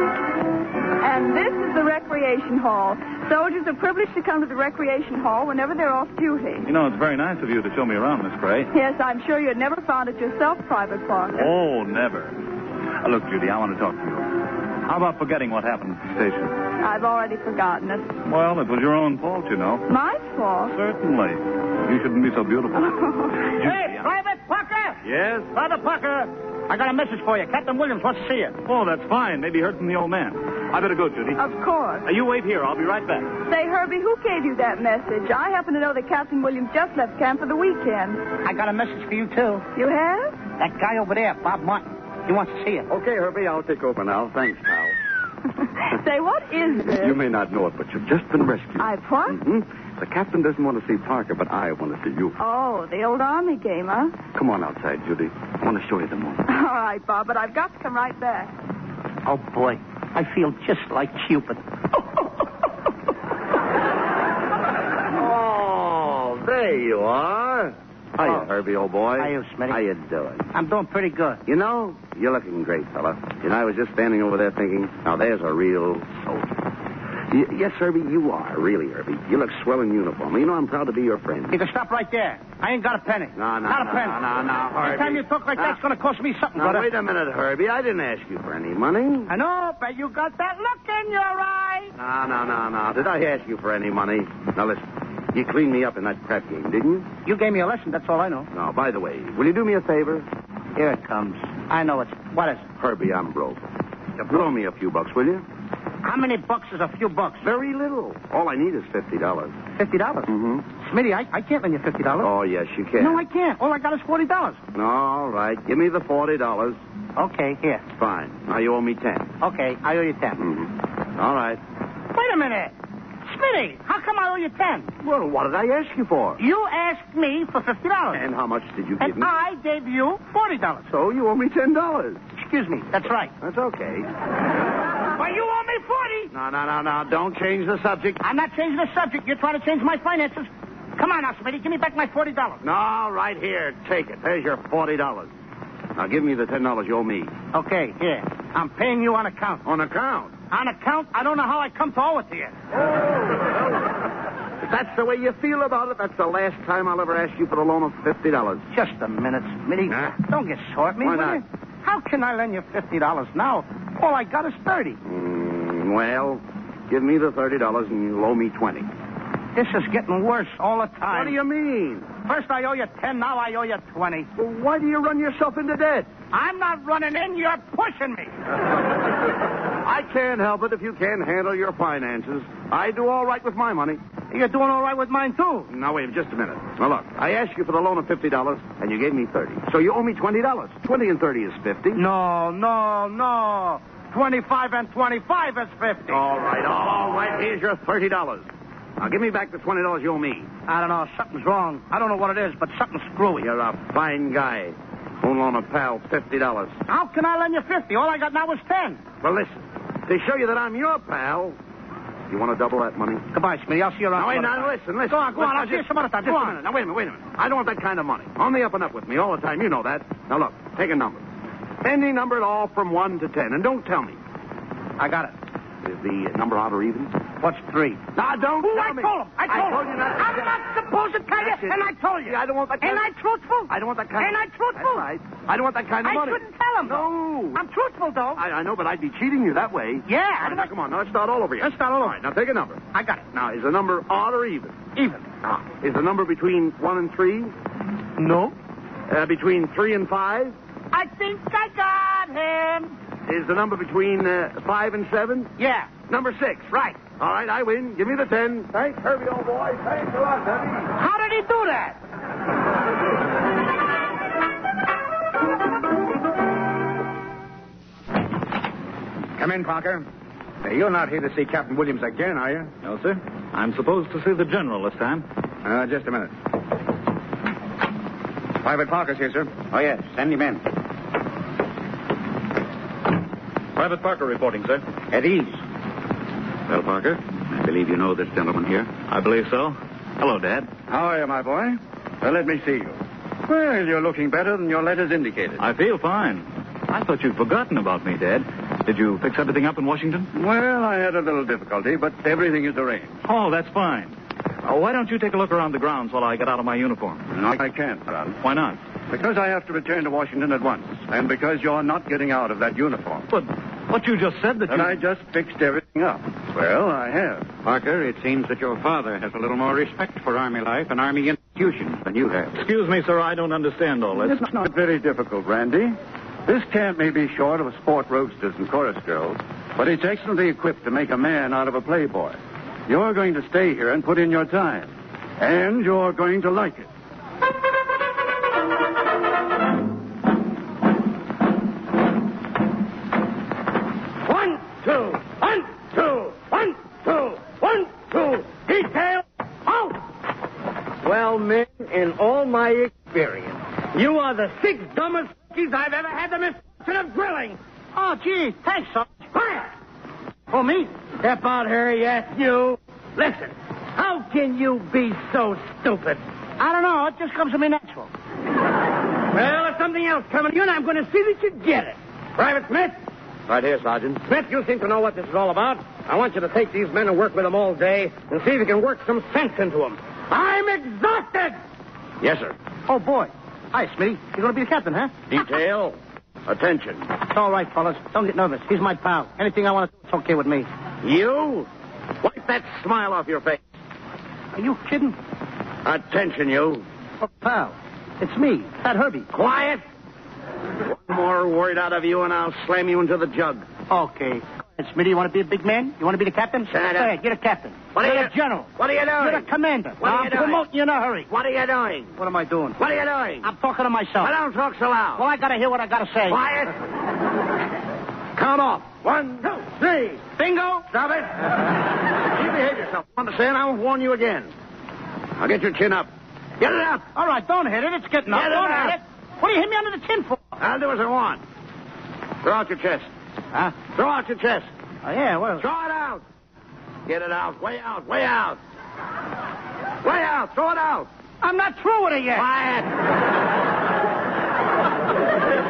Speaker 6: And this is the recreation hall. Soldiers are privileged to come to the recreation hall whenever they're off duty.
Speaker 5: You know, it's very nice of you to show me around, Miss Gray.
Speaker 6: Yes, I'm sure you had never found it yourself, Private Parker.
Speaker 5: Oh, never. Uh, look, Judy, I want to talk to you. How about forgetting what happened at the station?
Speaker 6: I've already forgotten it.
Speaker 5: Well, it was your own fault, you know.
Speaker 6: My fault.
Speaker 5: Certainly. You shouldn't be so beautiful.
Speaker 4: Hey, Private Parker!
Speaker 5: yes?
Speaker 4: Private Parker, I got a message for you. Captain Williams wants to see you.
Speaker 5: Oh, that's fine. Maybe heard from the old man. I better go, Judy.
Speaker 6: Of course.
Speaker 5: Uh, you wait here. I'll be right back.
Speaker 6: Say, Herbie, who gave you that message? I happen to know that Captain Williams just left camp for the weekend.
Speaker 4: I got a message for you, too.
Speaker 6: You have?
Speaker 4: That guy over there, Bob Martin, he wants to see you.
Speaker 2: Okay, Herbie, I'll take over now. Thanks, pal.
Speaker 6: Say, what is this?
Speaker 2: You may not know it, but you've just been rescued.
Speaker 6: I what?
Speaker 2: hmm The captain doesn't want to see Parker, but I want to see you.
Speaker 6: Oh, the old army game, huh?
Speaker 2: Come on outside, Judy. I want to show you the moon.
Speaker 6: All right, Bob, but I've got to come right back.
Speaker 4: Oh, boy. I feel just like Cupid.
Speaker 2: Oh, there you are. Hiya,
Speaker 4: Oh.
Speaker 2: Herbie, old boy.
Speaker 4: Hiya, Smitty.
Speaker 2: How you doing?
Speaker 4: I'm doing pretty good.
Speaker 2: You know, you're looking great, fella. And I was just standing over there thinking, now there's a real soldier. Y- yes, Herbie, you are, really, Herbie. You look swell in uniform. You know, I'm proud to be your friend.
Speaker 4: You can stop right there. I ain't got a penny.
Speaker 2: No, no,
Speaker 4: Not a
Speaker 2: no,
Speaker 4: penny.
Speaker 2: no, no, no, Harvey.
Speaker 4: Every time you talk like
Speaker 2: No.
Speaker 4: that, it's going to cost me something,
Speaker 2: Now,
Speaker 4: brother.
Speaker 2: wait a minute, Herbie. I didn't ask you for any money.
Speaker 4: I know, Oh, but you got that look in your eye.
Speaker 2: No, no, no, no. Did I ask you for any money? Now, listen. You cleaned me up in that crap game, didn't you?
Speaker 4: You gave me a lesson, that's all I know.
Speaker 2: Now, by the way, will you do me a favor?
Speaker 4: Here it comes. I know it's. What is it?
Speaker 2: Herbie, I'm broke. Blow me a few bucks, will you?
Speaker 4: How many bucks is a few bucks?
Speaker 2: Very little. All I need is $50. dollars
Speaker 4: Fifty dollars.
Speaker 2: hmm
Speaker 4: Smitty, I, I can't lend you fifty dollars.
Speaker 2: Oh, yes, you can.
Speaker 4: Mm-hmm. No, I can't. All I got is forty dollars.
Speaker 2: All right. Give me the forty dollars.
Speaker 4: Okay, here.
Speaker 2: Fine. Now you owe me 10
Speaker 4: Okay, I owe you ten.
Speaker 2: Mm-hmm. All right.
Speaker 4: Wait a minute. Smitty, how come I owe you ten?
Speaker 2: Well, what did I ask you for?
Speaker 4: You asked me for fifty dollars.
Speaker 2: And how much did you give
Speaker 4: And
Speaker 2: me?
Speaker 4: I gave you forty dollars.
Speaker 2: So you owe me ten dollars.
Speaker 4: Excuse me, that's right.
Speaker 2: That's okay.
Speaker 9: Well, you owe me forty.
Speaker 2: No, no, no, no. Don't change the subject.
Speaker 4: I'm not changing the subject. You're trying to change my finances. Come on now, Smitty, give me back my forty dollars.
Speaker 2: All right, here. Take it. There's your forty dollars. Now give me the ten dollars you owe me.
Speaker 4: Okay, here. I'm paying you on account.
Speaker 2: On account?
Speaker 4: On account? I don't know how I come to owe it to you.
Speaker 2: If that's the way you feel about it, that's the last time I'll ever ask you for a loan of fifty dollars.
Speaker 4: Just a minute, Smitty. Don't get sore at me,
Speaker 2: Why
Speaker 4: will
Speaker 2: not?
Speaker 4: you? How can I lend you fifty dollars now? All I got is thirty.
Speaker 2: Mm, well, give me the thirty dollars and you'll owe me twenty.
Speaker 4: This is getting worse all the time. What do
Speaker 2: you mean?
Speaker 4: First I owe you ten, now I owe you twenty.
Speaker 2: Well, why do you run yourself into debt?
Speaker 4: I'm not running in, you're pushing me.
Speaker 2: I can't help it if you can't handle your finances. I do all right with my money.
Speaker 4: You're doing all right with mine too.
Speaker 2: Now wait just a minute. Now look, I asked you for the loan of fifty dollars, and you gave me thirty. So you owe me twenty dollars. Twenty and thirty is fifty.
Speaker 4: No, no, no. Twenty-five and twenty-five is fifty.
Speaker 2: All right, all right. Here's your thirty dollars. Now give me back the twenty dollars you owe me.
Speaker 4: I don't know, something's wrong. I don't know what it is, but something's screwy.
Speaker 2: You're a fine guy. Won't loan a pal fifty dollars.
Speaker 4: How can I lend you fifty? All I got now is ten.
Speaker 2: Well, listen. To show you that I'm your pal, you want to double that money?
Speaker 4: Goodbye, Smitty. I'll see you around.
Speaker 2: Now, wait,
Speaker 4: some
Speaker 2: now, listen,
Speaker 4: other time.
Speaker 2: listen.
Speaker 4: Go on, go on. I'll
Speaker 2: Listen,
Speaker 4: see you some other time.
Speaker 2: Just
Speaker 4: Go
Speaker 2: a
Speaker 4: on.
Speaker 2: minute. Now, wait a minute, wait a minute. I don't want that kind of money. On the up and up with me all the time. You know that. Now, look, take a number. Any number at all from 1 to 10. And don't tell me.
Speaker 4: I got it.
Speaker 2: Is the number odd or even?
Speaker 4: What's three?
Speaker 2: Now, don't
Speaker 4: Ooh,
Speaker 2: tell
Speaker 4: I
Speaker 2: me.
Speaker 4: told him. I told,
Speaker 2: you
Speaker 4: him.
Speaker 2: not to
Speaker 4: I'm
Speaker 2: tell-
Speaker 4: not supposed to tell you,
Speaker 2: That's it.
Speaker 4: and I told you.
Speaker 2: Yeah, I don't want that kind
Speaker 4: Ain't I
Speaker 2: of...
Speaker 4: truthful?
Speaker 2: I don't want that kind
Speaker 4: Ain't
Speaker 2: of...
Speaker 4: I truthful?
Speaker 2: That's right. I don't want that kind of
Speaker 4: I
Speaker 2: money.
Speaker 4: shouldn't tell him.
Speaker 2: No.
Speaker 4: I'm truthful, though.
Speaker 2: I, I know, but I'd be cheating you that way.
Speaker 4: Yeah, I
Speaker 2: All right,
Speaker 4: don't
Speaker 2: now,
Speaker 4: want-
Speaker 2: come on. Now, let's start all over here.
Speaker 4: Let's start all over.
Speaker 2: All right, now, take a number.
Speaker 4: I got it.
Speaker 2: Now, is the number odd or even?
Speaker 4: Even.
Speaker 2: Now, is the number between 1 and 3?
Speaker 4: No.
Speaker 2: Uh, between 3 and 5?
Speaker 4: I think I got him.
Speaker 2: Is the number between uh, five and seven?
Speaker 4: Yeah.
Speaker 2: Number six, right. All right, I win. Give me the ten. Thanks, Herbie, old boy. Thanks a lot, Herbie.
Speaker 4: How did he do that?
Speaker 11: Come in, Parker. Hey, you're not here to see Captain Williams again, are you?
Speaker 5: No, sir. I'm supposed to see the general this time.
Speaker 11: Uh, just a minute. Private Parker's here, sir.
Speaker 12: Oh, yes. Send him in.
Speaker 5: Private Parker reporting, sir.
Speaker 12: At ease.
Speaker 5: Well, Parker.
Speaker 12: I believe you know this gentleman here.
Speaker 5: I believe so. Hello, Dad.
Speaker 12: How are you, my boy? Well, let me see you. Well, you're looking better than your letters indicated.
Speaker 5: I feel fine. I thought you'd forgotten about me, Dad. Did you fix everything up in Washington?
Speaker 12: Well, I had a little difficulty, but everything is arranged.
Speaker 5: Oh, that's fine. Uh, why don't you take a look around the grounds while I get out of my uniform?
Speaker 12: No, I can't, Ron.
Speaker 5: Why not?
Speaker 12: Because I have to return to Washington at once, and because you're not getting out of that uniform.
Speaker 5: But what you just said that
Speaker 12: And
Speaker 5: you...
Speaker 12: I just fixed everything up. Well, I have. Parker, it seems that your father has a little more respect for Army life and Army institutions than you have.
Speaker 5: Excuse me, sir. I don't understand all this.
Speaker 12: It's not very difficult, Randy. This camp may be short of sport roadsters and chorus girls, but it's excellently equipped to make a man out of a playboy. You're going to stay here and put in your time, and you're going to like it.
Speaker 9: One, two, one, two, one, two, one, two. Detail out. Well, men, in all my experience, you are the six dumbest monkeys I've ever had the misfortune of grilling.
Speaker 4: Oh, gee, thanks, so.
Speaker 9: Quiet!
Speaker 4: For me?
Speaker 9: Step out here, yes, you. Listen, how can you be so stupid?
Speaker 4: I don't know. It just comes to me natural.
Speaker 9: Well, if something else coming to you, and I'm going to see that you get it. Private Smith,
Speaker 12: Right here, Sergeant.
Speaker 9: Smith, you seem to know what this is all about. I want you to take these men and work with them all day and see if you can work some sense into them. I'm exhausted.
Speaker 12: Yes, sir.
Speaker 4: Oh, boy. Hi, Smitty. You're going to be the captain, huh?
Speaker 12: Detail. Attention.
Speaker 4: It's all right, fellas. Don't get nervous. He's my pal. Anything I want to do, it's okay with me.
Speaker 12: You? Wipe that smile off your face.
Speaker 4: Are you kidding?
Speaker 12: Attention, you.
Speaker 4: Oh, pal. It's me, Fat Herbie.
Speaker 12: Quiet. One more word out of you, and I'll slam you into the jug.
Speaker 4: Okay. And Smitty, you want to be a big man? You want to be the captain?
Speaker 12: Shut up.
Speaker 4: Go ahead. You're the captain.
Speaker 12: What are
Speaker 4: you're
Speaker 12: you-
Speaker 4: the general.
Speaker 12: What are you doing?
Speaker 4: You're the commander.
Speaker 12: What are
Speaker 4: Now,
Speaker 12: you
Speaker 4: I'm
Speaker 12: doing?
Speaker 4: promoting you in a hurry.
Speaker 12: What are you doing?
Speaker 4: What am I doing?
Speaker 12: What are you doing?
Speaker 4: I'm talking to myself.
Speaker 12: Well, don't talk so loud.
Speaker 4: Well, I got to hear what I got to say.
Speaker 12: Quiet. Count off.
Speaker 9: One, two, three.
Speaker 4: Bingo.
Speaker 12: Stop it. you behave yourself. Understand? I won't warn you again. Now get your chin up. Get it up.
Speaker 4: All right, don't hit it. It's getting up.
Speaker 12: Get it
Speaker 4: don't
Speaker 12: up.
Speaker 4: hit it. What do you hit me under the chin for?
Speaker 12: I'll do as I want. Throw out your chest.
Speaker 4: Huh?
Speaker 12: Throw out your chest.
Speaker 4: Oh, yeah, well.
Speaker 12: Throw it out. Get it out. Way out. Way out. Way out. Throw it out.
Speaker 4: I'm not through with it yet.
Speaker 12: Quiet.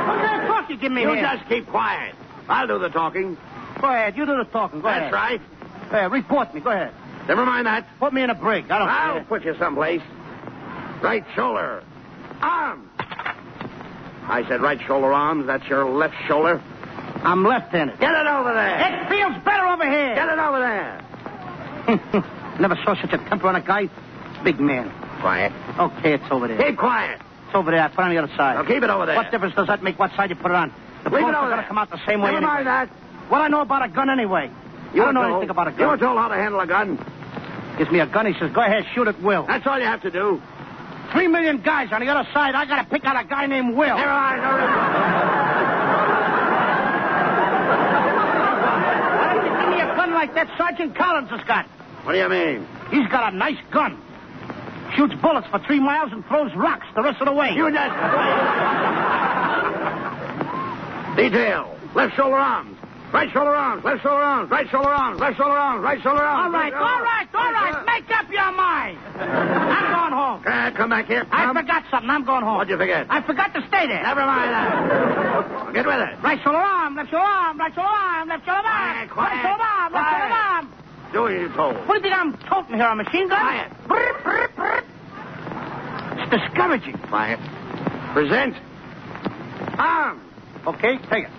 Speaker 4: What kind of talk you give me
Speaker 2: You
Speaker 4: here?
Speaker 2: just keep quiet. I'll do the talking.
Speaker 4: Go ahead. You do the talking. Go
Speaker 2: That's right.
Speaker 4: ahead. Hey, report me. Go ahead.
Speaker 2: Never mind that.
Speaker 4: Put me in a brig. I don't
Speaker 2: I'll
Speaker 4: care.
Speaker 2: put you someplace. Right shoulder. Arm. I said right shoulder arms. That's your left shoulder.
Speaker 4: I'm left-handed.
Speaker 2: Get it over there.
Speaker 4: It feels better over here.
Speaker 2: Get it over there.
Speaker 4: Never saw such a temper on a guy. Big man.
Speaker 2: Quiet.
Speaker 4: Okay, it's over there.
Speaker 2: Keep quiet.
Speaker 4: It's over there. I put it on the other side.
Speaker 2: Now keep it over there.
Speaker 4: What difference does that make what side you put it on? The
Speaker 2: Leave it over
Speaker 4: bullets are going
Speaker 2: there.
Speaker 4: to come out the same way.
Speaker 2: Never
Speaker 4: anyway.
Speaker 2: mind that.
Speaker 4: What I know about a gun anyway.
Speaker 2: You
Speaker 4: I don't know
Speaker 2: were told-
Speaker 4: anything about a
Speaker 2: You were
Speaker 4: gun.
Speaker 2: told how to handle a gun.
Speaker 4: Gives me a gun. He says, go ahead, shoot at Will.
Speaker 2: That's all you have to do.
Speaker 4: Three million guys on the other side. I got to pick out a guy named Will.
Speaker 2: Never mind. Never
Speaker 4: Why don't you give me a gun like that Sergeant Collins has got?
Speaker 2: What do you mean?
Speaker 4: He's got a nice gun. Shoots bullets for three miles and throws rocks the rest of the way.
Speaker 2: You just. Detail. Left shoulder arms. Right shoulder arms. Left shoulder arms. Right shoulder arms. Left shoulder arms. Right shoulder arms.
Speaker 4: All right, all right, all right. Make up your mind. I'm going home.
Speaker 2: Uh, come back here.
Speaker 4: I
Speaker 2: Come.
Speaker 4: forgot something. I'm going home.
Speaker 2: What'd you forget?
Speaker 4: I forgot to stay there.
Speaker 2: Never mind that. Get with it.
Speaker 4: Right shoulder arm, left shoulder arm, right shoulder arm, left shoulder arm.
Speaker 2: Quiet, quiet,
Speaker 4: right shoulder arm, left shoulder arm.
Speaker 2: Do what you're told.
Speaker 4: What do you think I'm toting here? A machine gun? Quiet. It's discouraging.
Speaker 2: Quiet. Present. Arms.
Speaker 4: Okay, take it.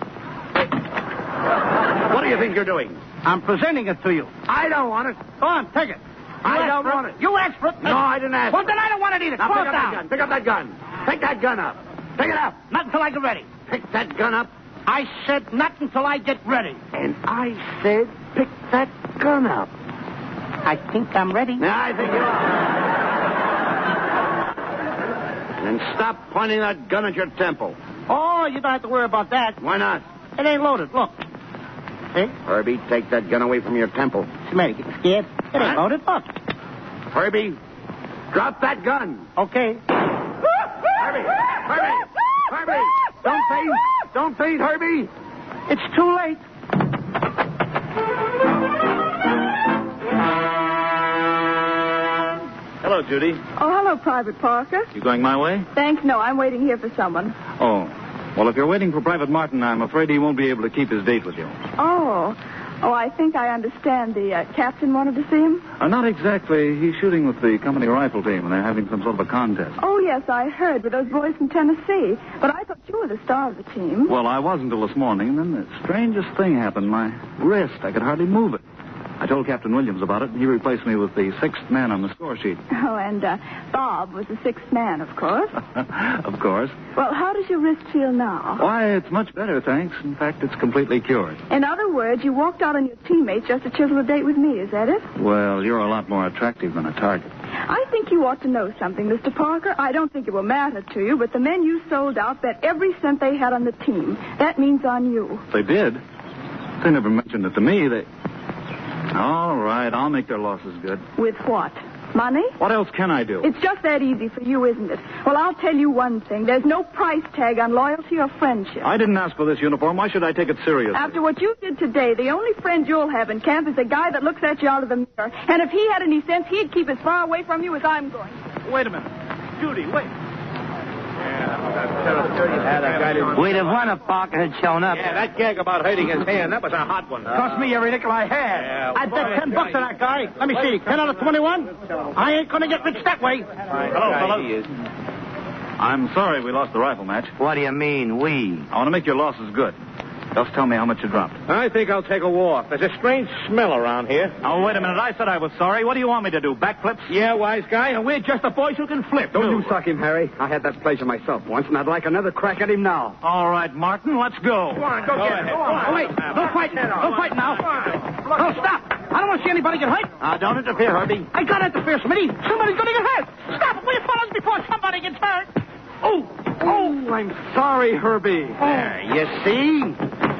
Speaker 2: What do you think you're doing?
Speaker 4: I'm presenting it to you.
Speaker 2: I don't want it.
Speaker 4: Go on, take it.
Speaker 2: I
Speaker 4: You asked
Speaker 2: don't
Speaker 4: for
Speaker 2: want it.
Speaker 4: You asked for it.
Speaker 2: No, I didn't ask.
Speaker 4: Well, then I don't want it either.
Speaker 2: Now
Speaker 4: Slow
Speaker 2: pick up that
Speaker 4: it down.
Speaker 2: gun. Pick up that gun. Pick that gun up. Pick it up.
Speaker 4: Not until I get ready.
Speaker 2: Pick that gun up.
Speaker 4: I said not until I get ready.
Speaker 2: And I said, pick that gun up.
Speaker 4: I think I'm ready.
Speaker 2: Now I think you are. and stop pointing that gun at your temple.
Speaker 4: Oh, you don't have to worry about that.
Speaker 2: Why not?
Speaker 4: It ain't loaded. Look. See?
Speaker 2: Herbie, take that gun away from your temple.
Speaker 4: What's the matter? Getting scared? It ain't
Speaker 2: Huh?
Speaker 4: loaded. Look.
Speaker 2: Herbie, drop that gun.
Speaker 4: Okay.
Speaker 2: Herbie, Herbie, Herbie, don't faint, don't faint, Herbie.
Speaker 4: It's too late.
Speaker 5: Hello, Judy.
Speaker 6: Oh, hello, Private Parker.
Speaker 5: You going my way?
Speaker 6: Thanks, no, I'm waiting here for someone.
Speaker 5: Oh. Well, if you're waiting for Private Martin, I'm afraid he won't be able to keep his date with you.
Speaker 6: Oh, oh, I think I understand. The uh, captain wanted to see him.
Speaker 5: Uh, not exactly. He's shooting with the company rifle team, and they're having some sort of a contest.
Speaker 6: Oh yes, I heard with those boys from Tennessee. But I thought you were the star of the team.
Speaker 5: Well, I was until this morning, and then the strangest thing happened. My wrist, I could hardly move it. I told Captain Williams about it, and he replaced me with the sixth man on the score sheet.
Speaker 6: Oh, and uh, Bob was the sixth man, of course.
Speaker 5: of course.
Speaker 6: Well, how does your wrist feel now?
Speaker 5: Why, it's much better, thanks. In fact, it's completely cured.
Speaker 6: In other words, you walked out on your teammates just to chisel a date with me, is that it?
Speaker 5: Well, you're a lot more attractive than a target.
Speaker 6: I think you ought to know something, Mr. Parker. I don't think it will matter to you, but the men you sold out bet every cent they had on the team. That means on you.
Speaker 5: They did. They never mentioned it to me. They. All right, I'll make their losses good.
Speaker 6: With what? Money?
Speaker 5: What else can I do?
Speaker 6: It's just that easy for you, isn't it? Well, I'll tell you one thing. There's no price tag on loyalty or friendship.
Speaker 5: I didn't ask for this uniform. Why should I take it seriously?
Speaker 6: After what you did today, the only friend you'll have in camp is the guy that looks at you out of the mirror. And if he had any sense, he'd keep as far away from you as I'm going.
Speaker 5: Wait a minute. Judy, wait.
Speaker 13: We'd have won if Parker had shown up.
Speaker 1: Yeah, that gag about hurting his hand, that was a hot one.
Speaker 13: Cost me every nickel I had.
Speaker 1: Yeah,
Speaker 13: I bet ten bucks on that guy.
Speaker 4: Let me see. Ten out of twenty-one. I ain't gonna get rich that way.
Speaker 5: Oh, Hello, fellas. I'm sorry we lost the rifle match.
Speaker 13: What do you mean, we?
Speaker 5: I want to make your losses good. Just tell me how much you dropped.
Speaker 1: I think I'll take a walk. There's a strange smell around here.
Speaker 5: Oh, wait a minute. I said I was sorry. What do you want me to do? Backflips?
Speaker 1: Yeah, wise guy, and we're just the boys who can flip.
Speaker 2: Don't you suck him, Harry. I had that pleasure myself once, and I'd like another crack at him now.
Speaker 5: All right, Martin, let's go.
Speaker 1: Go on, go, get it. Go on.
Speaker 4: Oh, wait. No fighting. No fighting now. No, stop. I don't want to see anybody get hurt.
Speaker 2: Now, don't interfere, Herbie.
Speaker 4: I gotta interfere, Smitty. Somebody's gonna get hurt. Stop it, will you fellas, before somebody gets hurt. Oh, oh,
Speaker 1: I'm sorry, Herbie.
Speaker 4: There,
Speaker 2: you see?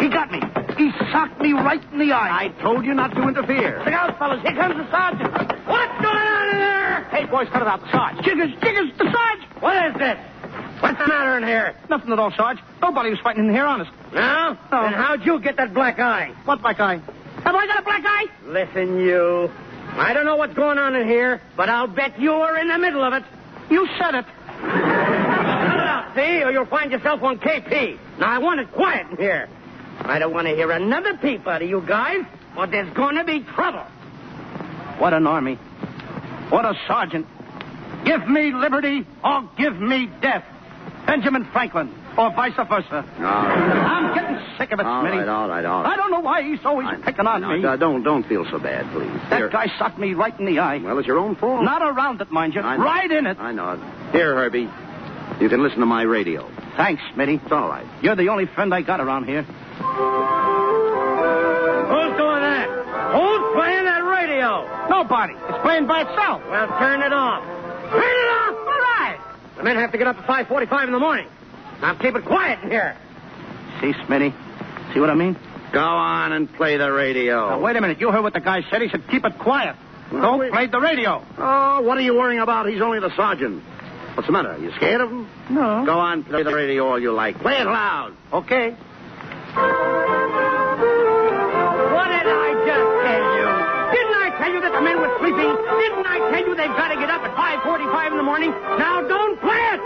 Speaker 4: he got me. He socked me right in the eye.
Speaker 2: I told you not to interfere.
Speaker 4: Look out, fellas. Here comes the sergeant. What's going on in there? Hey, boys, cut it out. Sarge. Jiggers, jiggers, the Sarge. What is this?
Speaker 1: What's the matter in here?
Speaker 4: Nothing at all, Sarge. Nobody was fighting in here, honest.
Speaker 1: Now?
Speaker 4: Oh.
Speaker 1: Then how'd you get that black eye?
Speaker 4: What black eye? Have I got a black eye?
Speaker 1: Listen, you. I don't know what's going on in here, but I'll bet you are in the middle of it.
Speaker 4: You said it.
Speaker 1: Cut it out.
Speaker 10: see, or you'll find yourself on KP. Now, I want it quiet in here. I don't want to hear another peep out of you guys, or there's going to be trouble.
Speaker 4: What an army. What a sergeant. Give me liberty or give me death. Benjamin Franklin or vice versa. I'm getting sick of it,
Speaker 2: All
Speaker 4: Smitty.
Speaker 2: right, all right, all right.
Speaker 4: I don't know why he's always picking on me.
Speaker 2: No, don't don't feel so bad, please.
Speaker 4: That guy shot me right in the eye.
Speaker 2: Well, it's your own fault.
Speaker 4: Not around it, mind you.
Speaker 2: I know.
Speaker 4: Right in it.
Speaker 2: I know. Here, Herbie, you can listen to my radio.
Speaker 4: Thanks, Smitty. It's
Speaker 2: all right.
Speaker 4: You're the only friend I got around here.
Speaker 10: Who's doing that? Who's playing that radio?
Speaker 4: Nobody. It's playing by itself.
Speaker 10: Well, turn it off. Turn it off! All right! The men have to get up at 5.45 in the morning. Now, keep it quiet in here.
Speaker 4: See, Smitty? See what I mean?
Speaker 2: Go on and play the radio.
Speaker 4: Now, wait a minute. You heard what the guy said. He said keep it quiet. Don't play the radio.
Speaker 2: Oh, what are you worrying about? He's only the sergeant. What's the matter? You scared of him?
Speaker 4: No.
Speaker 2: Go on, play the radio all you like. Play it loud.
Speaker 4: Okay.
Speaker 10: What did I just tell you? Didn't I tell you that the men were sleeping? Didn't I tell you they've got to get up at 5.45 in the morning? Now, don't play it!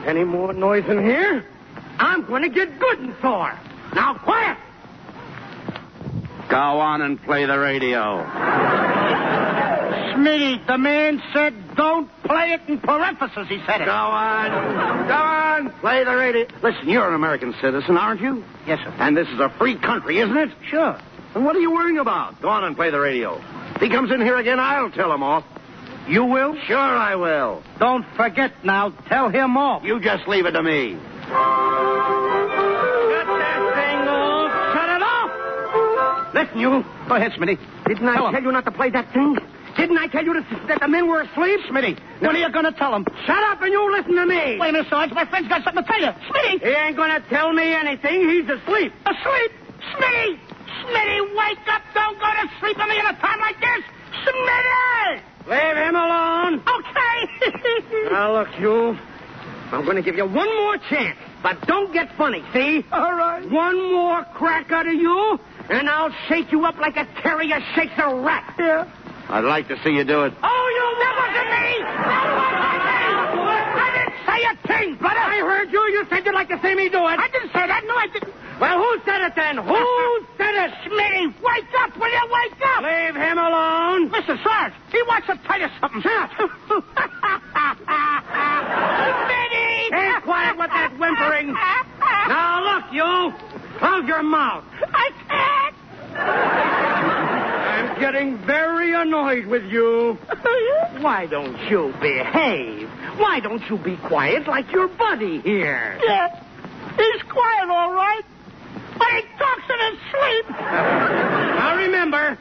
Speaker 10: Okay! Any more noise in here? I'm going to get good and sore. Now, quiet!
Speaker 2: Go on and play the radio.
Speaker 4: Smitty, the man said don't play it in parentheses. He said it.
Speaker 2: Go on. Go on. Play the radio. Listen, you're an American citizen, aren't you?
Speaker 4: Yes, sir.
Speaker 2: And this is a free country, isn't it?
Speaker 4: Sure.
Speaker 2: And what are you worrying about? Go on and play the radio. If he comes in here again, I'll tell him off.
Speaker 4: You will?
Speaker 2: Sure, I will.
Speaker 4: Don't forget now. Tell him off.
Speaker 2: You just leave it to me.
Speaker 10: Shut that thing off! Shut it off!
Speaker 4: Listen, you. Go ahead, Smitty.
Speaker 10: Didn't I
Speaker 4: Tell
Speaker 10: tell,
Speaker 4: 'em.
Speaker 10: you not to play that thing? Didn't I tell you to, that the men were asleep?
Speaker 4: Smitty, what are you going to tell him?
Speaker 10: Shut up and you listen to me!
Speaker 4: Wait a minute, Sarge. My friend's got something to tell you. Smitty!
Speaker 10: He ain't gonna tell me anything. He's asleep.
Speaker 4: Asleep! Smitty! Smitty, wake up! Don't go to sleep on me at a time like this! Smitty!
Speaker 10: Leave him alone.
Speaker 4: Okay!
Speaker 10: Now look, you. I'm gonna give you one more chance, but don't get funny. See?
Speaker 4: All right.
Speaker 10: One more crack out of you, and I'll shake you up like a terrier shakes a rat.
Speaker 4: Yeah.
Speaker 2: I'd like to see you do it.
Speaker 10: Oh, you never to me! I didn't say a thing, brother. I heard you. You said you'd like to see me do it. I didn't say that. No, I didn't. Well, who said it then? Who said it?
Speaker 4: Smitty, wake up! Will you wake up?
Speaker 10: Leave him alone.
Speaker 4: Listen, Sarge, he wants to tell you something. Smitty!
Speaker 10: Hey, quiet with that whimpering. Now look, you. Close your mouth.
Speaker 4: I can't!
Speaker 10: I'm getting very annoyed with you. Why don't you behave? Why don't you be quiet like your buddy here?
Speaker 4: Yeah. He's quiet, all right. But he talks in his sleep.
Speaker 10: Now remember,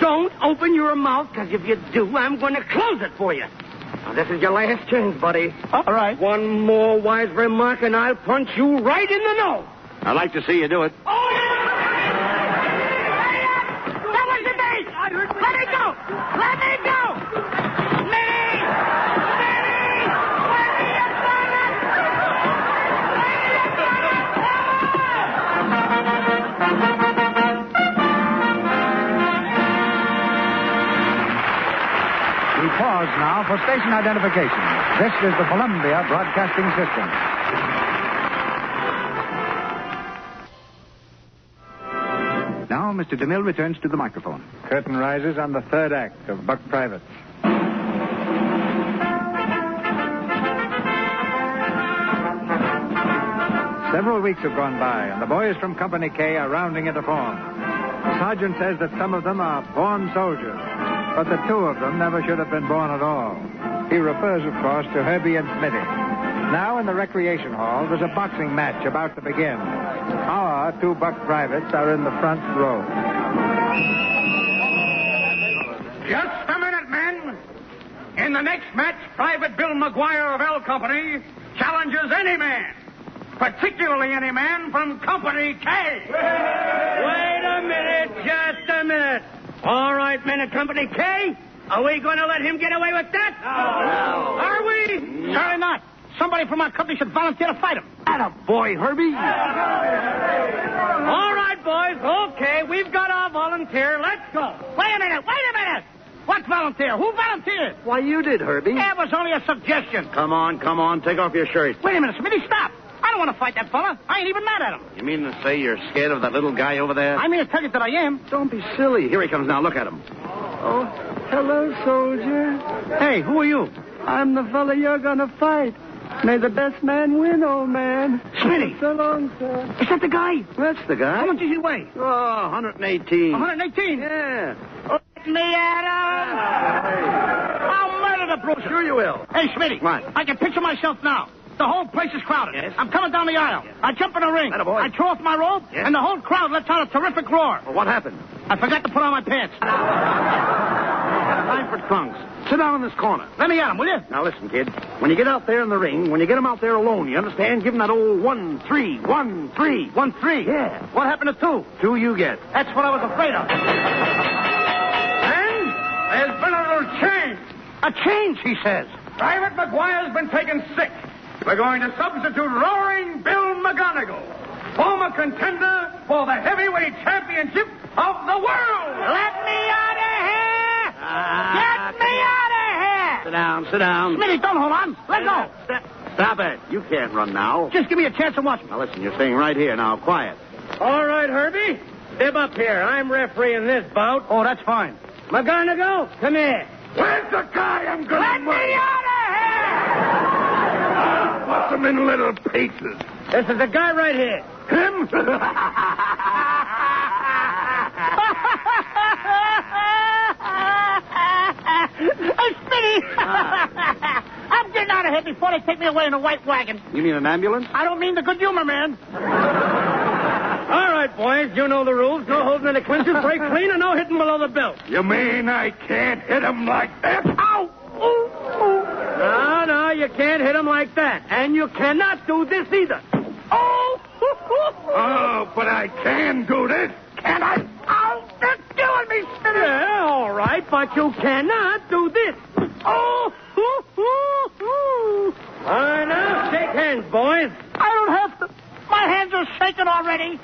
Speaker 10: don't open your mouth, because if you do, I'm going to close it for you. Now, this is your last chance, buddy.
Speaker 4: All right.
Speaker 10: One more wise remark, and I'll punch you right in the nose.
Speaker 2: I'd like to see you do it.
Speaker 4: Oh, uh, That was the day. Let me go. Let me go. Me.
Speaker 1: We pause now for station identification. This is the Columbia Broadcasting System.
Speaker 12: Now, Mr. DeMille returns to the microphone.
Speaker 1: Curtain rises on the third act of Buck Privates. Several weeks have gone by, and the boys from Company K are rounding into form. The sergeant says that some of them are born soldiers, but the two of them never should have been born at all. He refers, of course, to Herbie and Smitty. Now, in the recreation hall, there's a boxing match about to begin. Our two buck privates are in the front row.
Speaker 4: Just a minute, men. In the next match, Private Bill McGuire of L Company challenges any man, particularly any man from Company K.
Speaker 10: Wait a minute, just a minute. All right, men of Company K, are we going to let him get away with that? No. Are we?
Speaker 4: Sorry not. Somebody from our company should volunteer to fight him.
Speaker 10: Boy, Herbie. All right, boys. Okay, we've got our volunteer. Let's go.
Speaker 4: Wait a minute. Wait a minute. What volunteer? Who volunteered?
Speaker 2: Why, you did, Herbie.
Speaker 4: Yeah, it was only a suggestion.
Speaker 2: Come on, come on. Take off your shirt.
Speaker 4: Wait a minute, Smitty, stop. I don't want to fight that fella. I ain't even mad at him.
Speaker 2: You mean to say you're scared of that little guy over there?
Speaker 4: I mean to tell you that I am.
Speaker 2: Don't be silly. Here he comes now. Look at him.
Speaker 9: Oh, hello, soldier.
Speaker 2: Hey, who are you?
Speaker 9: I'm the fella you're gonna fight. May the best man win, old man.
Speaker 4: Smitty.
Speaker 9: So long, sir.
Speaker 4: Is that the guy?
Speaker 2: That's the guy.
Speaker 4: How much does he weigh?
Speaker 2: Oh, 118.
Speaker 4: 118?
Speaker 2: Yeah.
Speaker 4: Let me at him!
Speaker 9: Ah.
Speaker 4: I'll murder the Bruiser.
Speaker 2: Sure you will.
Speaker 4: Hey, Smitty.
Speaker 2: What?
Speaker 4: I can picture myself now. The whole place is crowded.
Speaker 2: Yes.
Speaker 4: I'm coming down the aisle. I jump in the ring.
Speaker 2: Attaboy.
Speaker 4: I throw off my robe,
Speaker 2: Yes.
Speaker 4: and the whole crowd lets out a terrific roar.
Speaker 2: Well, what happened?
Speaker 4: I forgot to put on my pants.
Speaker 2: Time for trunks. Sit down in this corner.
Speaker 4: Let me at him, will you?
Speaker 2: Now listen, kid. When you get out there in the ring, when you get him out there alone, you understand? Give him that old one three, one three, one three. Yeah.
Speaker 4: What happened to two?
Speaker 2: Two you get.
Speaker 4: That's what I was afraid of.
Speaker 11: And there's been a little change.
Speaker 4: A change, he says.
Speaker 11: Private McGuire's been taken sick. We're going to substitute Roaring Bill McGonigal, former contender for the heavyweight championship of the world.
Speaker 4: Let me out of here!
Speaker 2: Ah,
Speaker 4: Get me out
Speaker 2: Sit
Speaker 4: of here!
Speaker 2: down, sit down.
Speaker 4: Smitty, don't hold on. Let go.
Speaker 2: Stop it. You can't run now.
Speaker 4: Just give me a chance and watch me.
Speaker 2: Now listen, you're staying right here now. Quiet.
Speaker 9: All right, Herbie. Step up here. I'm refereeing this bout.
Speaker 4: Oh, that's fine.
Speaker 9: McGonagall, come here.
Speaker 11: Where's the guy I'm going
Speaker 4: Let me out
Speaker 11: Bust
Speaker 4: of here!
Speaker 11: him Ah, in little pieces.
Speaker 9: This is the guy right here.
Speaker 11: Him?
Speaker 4: hey, Smitty! I'm getting out of here before they take me away in a white wagon.
Speaker 2: Ah. You mean an ambulance?
Speaker 4: I don't mean the good humor, man.
Speaker 9: All right, boys. You know the rules. No holding any clinches. Break clean and no hitting below the belt.
Speaker 11: You mean I can't hit him like that? Ow!
Speaker 9: No, no, you can't hit him like that. And you cannot do this either.
Speaker 4: Oh!
Speaker 11: Oh, but I can do this, can I?
Speaker 4: Ow! That's killing me, Smitty!
Speaker 9: Yeah, all right, but you cannot do this.
Speaker 4: Oh! Hoo, hoo, hoo.
Speaker 9: All right, now, shake hands, boys.
Speaker 4: I don't have to. My hands are shaking already.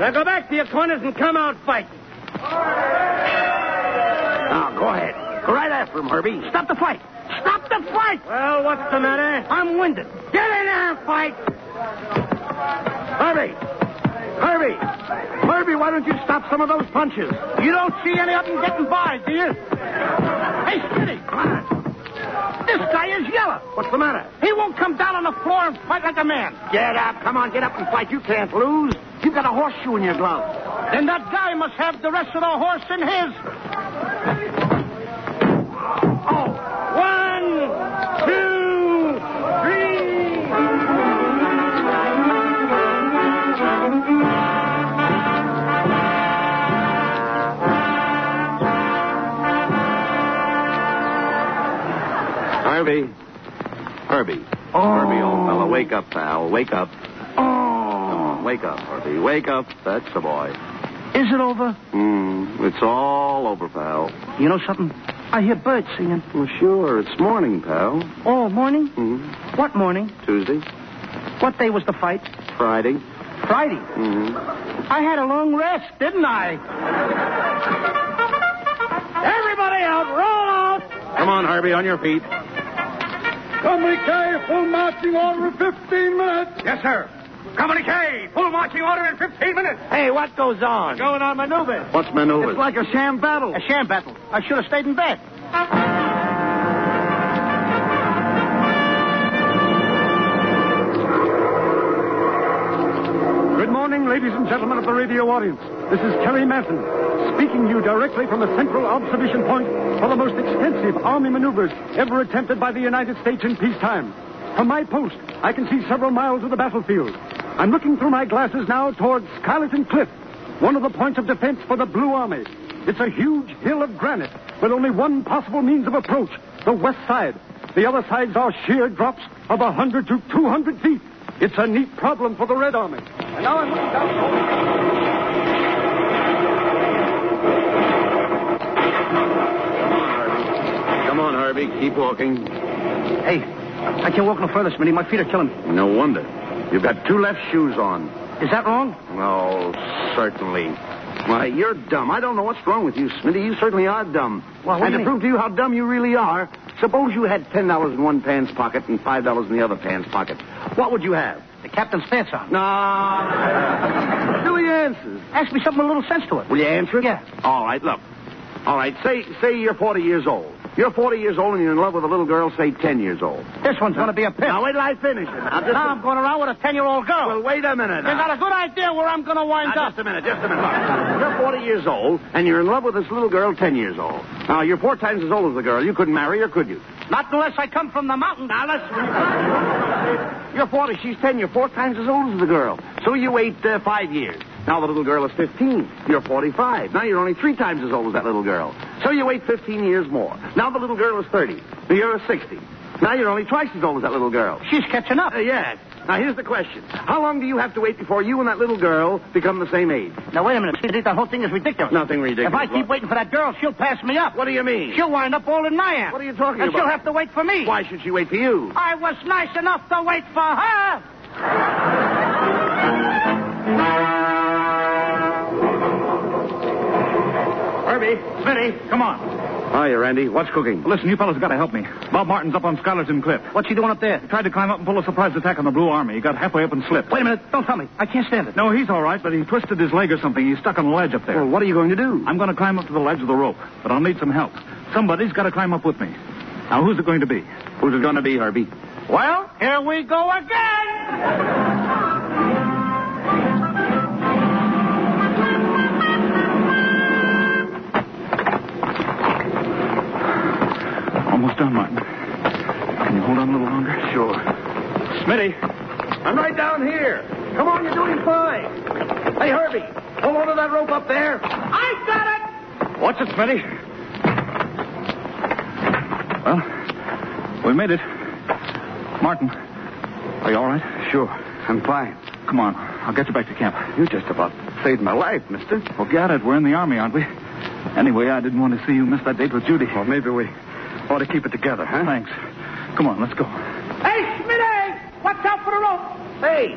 Speaker 9: Now go back to your corners and come out fighting.
Speaker 2: Now, go ahead. Go right after him, Herbie.
Speaker 4: Stop the fight. Stop the fight.
Speaker 9: Well, what's the matter?
Speaker 4: I'm winded.
Speaker 9: Get in there and fight.
Speaker 2: Herbie! Herbie! Herbie, why don't you stop some of those punches?
Speaker 4: You don't see any of them getting by, do you? Hey, Smitty. This guy is yellow.
Speaker 2: What's the matter?
Speaker 4: He won't come down on the floor and fight like a man.
Speaker 2: Get up. Come on, get up and fight. You can't lose. You've got a horseshoe in your glove.
Speaker 4: Then that guy must have the rest of the horse in his.
Speaker 2: Herbie. Herbie. Herbie, old
Speaker 4: Oh.
Speaker 2: fellow. Wake up, pal. Wake up. Oh. Come on, wake up, Herbie. Wake up. That's the boy.
Speaker 4: Is it over?
Speaker 2: Mm, it's all over, pal.
Speaker 4: You know something? I hear birds singing.
Speaker 2: Well, sure. It's morning, pal.
Speaker 4: Oh, morning?
Speaker 2: Mm-hmm.
Speaker 4: What morning?
Speaker 2: Tuesday,
Speaker 4: What day was the fight?
Speaker 2: Friday.
Speaker 4: Friday.
Speaker 2: Mm-hmm.
Speaker 4: I had a long rest, didn't I? Everybody out, roll out.
Speaker 2: Come on, Herbie, on your feet.
Speaker 8: Company K, full marching order in 15 minutes.
Speaker 11: Yes, sir. Company K, full marching order in 15 minutes.
Speaker 4: Hey, what goes on?
Speaker 9: Going on maneuver.
Speaker 2: What's maneuver? It's like a sham battle.
Speaker 4: A sham battle. I should have stayed in bed.
Speaker 8: Good morning, ladies and gentlemen of the radio audience. This is Terry Manton, speaking to you directly from a central observation point for the most extensive Army maneuvers ever attempted by the United States in peacetime. From my post, I can see several miles of the battlefield. I'm looking through my glasses now towards Scarleton Cliff, one of the points of defense for the Blue Army. It's a huge hill of granite with only one possible means of approach, the west side. The other sides are sheer drops of 100 to 200 feet. It's a neat problem for the Red Army. And now I'm looking down.
Speaker 2: Come on, Herbie. Keep walking.
Speaker 4: Hey, I can't walk no further, Smitty. My feet are killing me.
Speaker 2: No wonder. You've got two left shoes on.
Speaker 4: Is that wrong?
Speaker 2: Oh, certainly. Why, you're dumb. I don't know what's wrong with you, Smitty. You certainly are dumb.
Speaker 4: Well, what
Speaker 2: and
Speaker 4: do you
Speaker 2: to
Speaker 4: mean?
Speaker 2: prove to you how dumb you really are, suppose you had ten dollars in one pan's pocket and five dollars in the other pan's pocket. What would you have? The captain's pants on. No. Silly answers.
Speaker 4: Ask me something with a little sense to it.
Speaker 2: Will you answer it?
Speaker 4: Yeah.
Speaker 2: All right, look. All right, say say you're 40 years old. You're 40 years old and you're in love with a little girl, say 10 years old.
Speaker 4: This one's going to be a pimp.
Speaker 2: Now, wait till I finish it. Now, just
Speaker 4: Now I'm going around with a 10 year old girl.
Speaker 2: Well, wait a minute.
Speaker 4: You
Speaker 2: now.
Speaker 4: got a good idea where I'm going to wind
Speaker 2: Now,
Speaker 4: up.
Speaker 2: just a minute, just a minute. Look, you're 40 years old, and you're in love with this little girl 10 years old. Now, you're four times as old as the girl. You couldn't marry her, could you?
Speaker 4: Not unless I come from the mountain. Now, let's.
Speaker 2: You're 40, she's 10. You're four times as old as the girl. So you wait uh, five years. Now the little girl is 15. You're 45. Now you're only three times as old as that little girl. So you wait 15 years more. Now the little girl is 30. Now you're 60. Now you're only twice as old as that little girl.
Speaker 4: She's catching up.
Speaker 2: Uh, yes. Now here's the question. How long do you have to wait before you and that little girl become the same age?
Speaker 4: Now, wait a minute. Smitty, the whole thing is ridiculous.
Speaker 2: Nothing
Speaker 4: If
Speaker 2: ridiculous.
Speaker 4: I keep waiting for that girl, she'll pass me up.
Speaker 2: What do you mean?
Speaker 4: She'll wind up older than I am.
Speaker 2: What are you talking
Speaker 4: and
Speaker 2: about?
Speaker 4: she'll have to wait for me.
Speaker 2: Why should she wait for you?
Speaker 4: I was nice enough to wait for her.
Speaker 5: Herbie, Smitty, come on.
Speaker 2: Hiya, Randy. What's cooking?
Speaker 5: Listen, you fellas got to help me. Bob Martin's up on Skylerton Cliff.
Speaker 4: What's he doing up there?
Speaker 5: Tried to climb up and pull a surprise attack on the Blue Army. He got halfway up and slipped.
Speaker 4: Wait a minute. Don't tell me. I can't stand it.
Speaker 5: No, he's all right, but he twisted his leg or something. He's stuck on a ledge up there. Well,
Speaker 2: what are you going to do?
Speaker 5: I'm going to climb up to the ledge with a rope, but I'll need some help. Somebody's got to climb up with me. Now, who's it going to be?
Speaker 2: Who's it going to be, Herbie?
Speaker 4: Well, here we go again.
Speaker 5: Almost done, Martin. Can you hold on a little longer? Sure. Smitty.
Speaker 2: I'm right down here. Come on, you're doing fine. Hey, Herbie, hold on to that rope up there.
Speaker 3: I got it!
Speaker 5: Watch it, Smitty. Well, we made it. Martin, are you all right? Sure. I'm fine. Come on. I'll get you back to camp. You just about saved my life, mister. Forget it. We're in the army, aren't we? Anyway, I didn't want to see you miss that date with Judy. Well, maybe we ought to keep it together, huh? Thanks. Come on, let's go.
Speaker 3: Hey, Smitty! Watch out for the rope!
Speaker 2: Hey,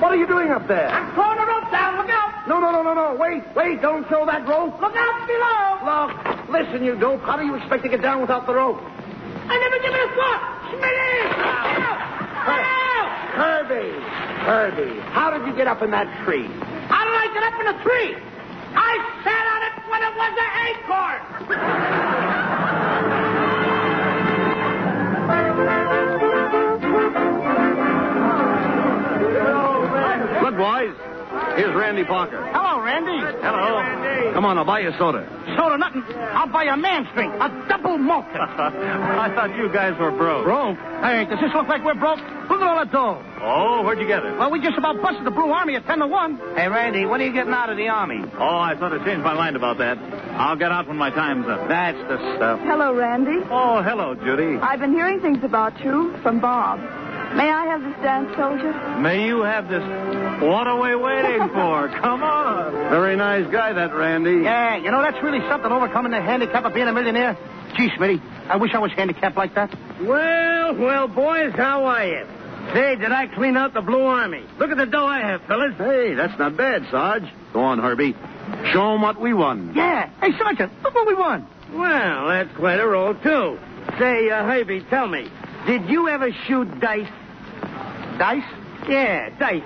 Speaker 2: what are you doing up there?
Speaker 3: I'm throwing the rope down. Look out!
Speaker 2: No, no, no, no, no. Wait, wait. Don't throw that rope.
Speaker 3: Look out below!
Speaker 2: Look, listen, you dope. How do you expect to get down without the rope?
Speaker 3: I never give it a thought! Smitty! Look out! Look out!
Speaker 2: Herbie, Herbie, how did you get up in that tree?
Speaker 3: How did I get up in a tree? I sat on it when it was an acorn!
Speaker 2: Good boys. Here's Randy Parker.
Speaker 4: Hello, Randy. Hello.
Speaker 2: Come on, I'll buy you soda.
Speaker 4: Soda nothing. I'll buy you a man's drink. A double malt.
Speaker 5: I thought you guys were broke.
Speaker 4: broke? Hey, does this look like we're broke? Look at all that dough.
Speaker 5: Oh, where'd you get it?
Speaker 4: Well, we just about busted the Blue Army at 10 to 1.
Speaker 10: Hey, Randy, when are you getting out of the army?
Speaker 5: Oh, I thought I changed my mind about that. I'll get out when my time's up.
Speaker 10: That's the stuff.
Speaker 6: Hello, Randy.
Speaker 5: Oh, hello, Judy.
Speaker 6: I've been hearing things about you from Bob. May I have this dance, soldier?
Speaker 5: May you have this. What are we waiting for? Come on.
Speaker 12: Very nice guy, that Randy.
Speaker 4: Yeah, you know, that's really something, overcoming the handicap of being a millionaire. Gee, Smitty, I wish I was handicapped like that.
Speaker 10: Well, well, boys, how are you? Say, did I clean out the Blue Army? Look at the dough I have, fellas.
Speaker 12: Hey, that's not bad, Sarge. Go on, Herbie. Show 'em what we won.
Speaker 4: Yeah. Hey, Sergeant, look what we won.
Speaker 10: Well, that's quite a roll, too. Say, uh, Herbie, tell me, did you ever shoot dice?
Speaker 4: Dice?
Speaker 10: Yeah, dice.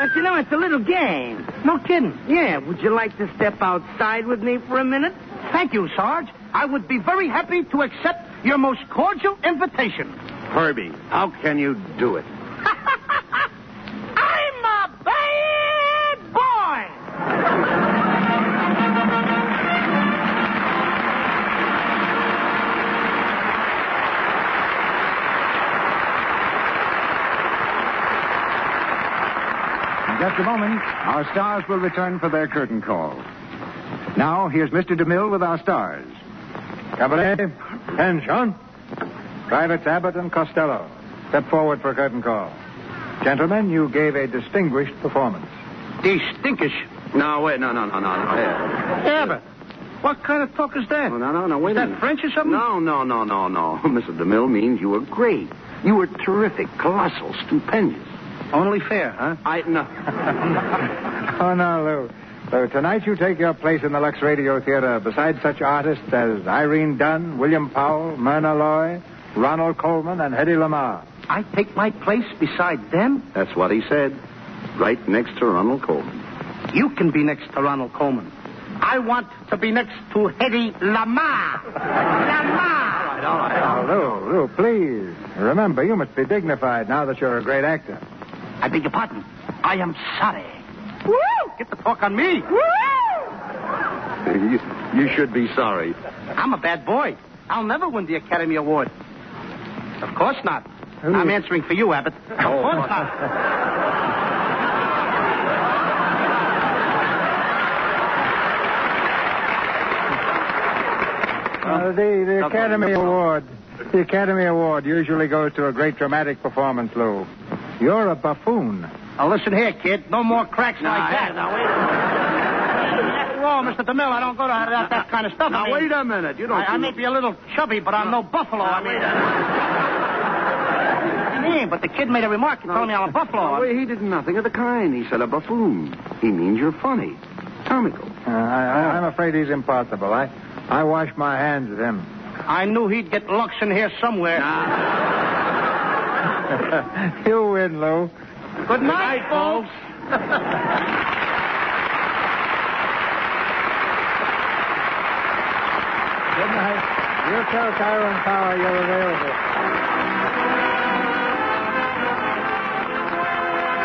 Speaker 10: But you know, it's a little game.
Speaker 4: No kidding.
Speaker 10: Yeah, would you like to step outside with me for a minute?
Speaker 4: Thank you, Sarge. I would be very happy to accept your most cordial invitation.
Speaker 12: Herbie, how can you do it?
Speaker 3: I'm a bad boy!
Speaker 14: In just a moment, our stars will return for their curtain call. Now, here's Mr. DeMille with our stars.
Speaker 1: Cabaret, attention. Privates Abbott and Costello, step forward for curtain call. Gentlemen, you gave a distinguished performance.
Speaker 4: Distinguish.
Speaker 12: No, wait, no, no, no, no, no. Yeah.
Speaker 4: Yeah, but what kind of talk is that?
Speaker 14: Oh,
Speaker 12: No, no, no, no, wait
Speaker 4: Is
Speaker 12: a
Speaker 4: that
Speaker 12: minute.
Speaker 4: French or something?
Speaker 12: No, no, no, no, no. Mr. DeMille means you were great. You were terrific, colossal, stupendous.
Speaker 4: Only fair, huh?
Speaker 12: I, no.
Speaker 1: Oh, now, Lou, So tonight you take your place in the Lux Radio Theater beside such artists as Irene Dunn, William Powell, Myrna Loy, Ronald Coleman, and Hedy Lamar.
Speaker 2: I take my place beside them? That's what he said. Right next to Ronald Coleman.
Speaker 4: You can be next to Ronald Coleman. I want to be next to Hedy Lamar. Lamar.
Speaker 1: All right, all right. Lou, Lou, please. Remember, you must be dignified now that you're a great actor.
Speaker 4: I beg your pardon. I am sorry. Woo! Get the talk on me.
Speaker 2: You, you should be sorry.
Speaker 4: I'm a bad boy. I'll never win the Academy Award. Of course not. I'm answering for you, Abbott. Of course not.
Speaker 1: Uh, the the Academy Award. The Academy Award usually goes to a great dramatic performance, Lou. You're a buffoon. Uh,
Speaker 4: Now listen here, kid. No more cracks like that. Now wait a minute. Whoa, Mr. DeMille, I don't go to that, that kind of stuff.
Speaker 2: Now,
Speaker 4: I mean,
Speaker 2: wait a minute. You don't
Speaker 4: I, I
Speaker 2: do-
Speaker 4: may be a little chubby, but I'm no buffalo. I mean. I mean, but the kid made a remark and told me I'm a buffalo.
Speaker 2: Well, he did nothing of the kind. He said a buffoon. He means you're funny. Comical.
Speaker 1: Uh, I, I, I'm afraid he's impossible. I, I wash my hands of him.
Speaker 4: I knew he'd get Lux in here somewhere.
Speaker 1: you win, Lou.
Speaker 4: Good night, folks.
Speaker 1: Good night. You tell Tyrone Power you're available.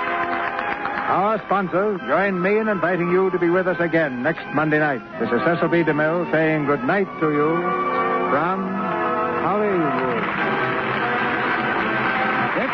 Speaker 1: Our sponsors join me in inviting you to be with us again next Monday night. This is Cecil B. DeMille saying good night to you from Hollywood.
Speaker 14: This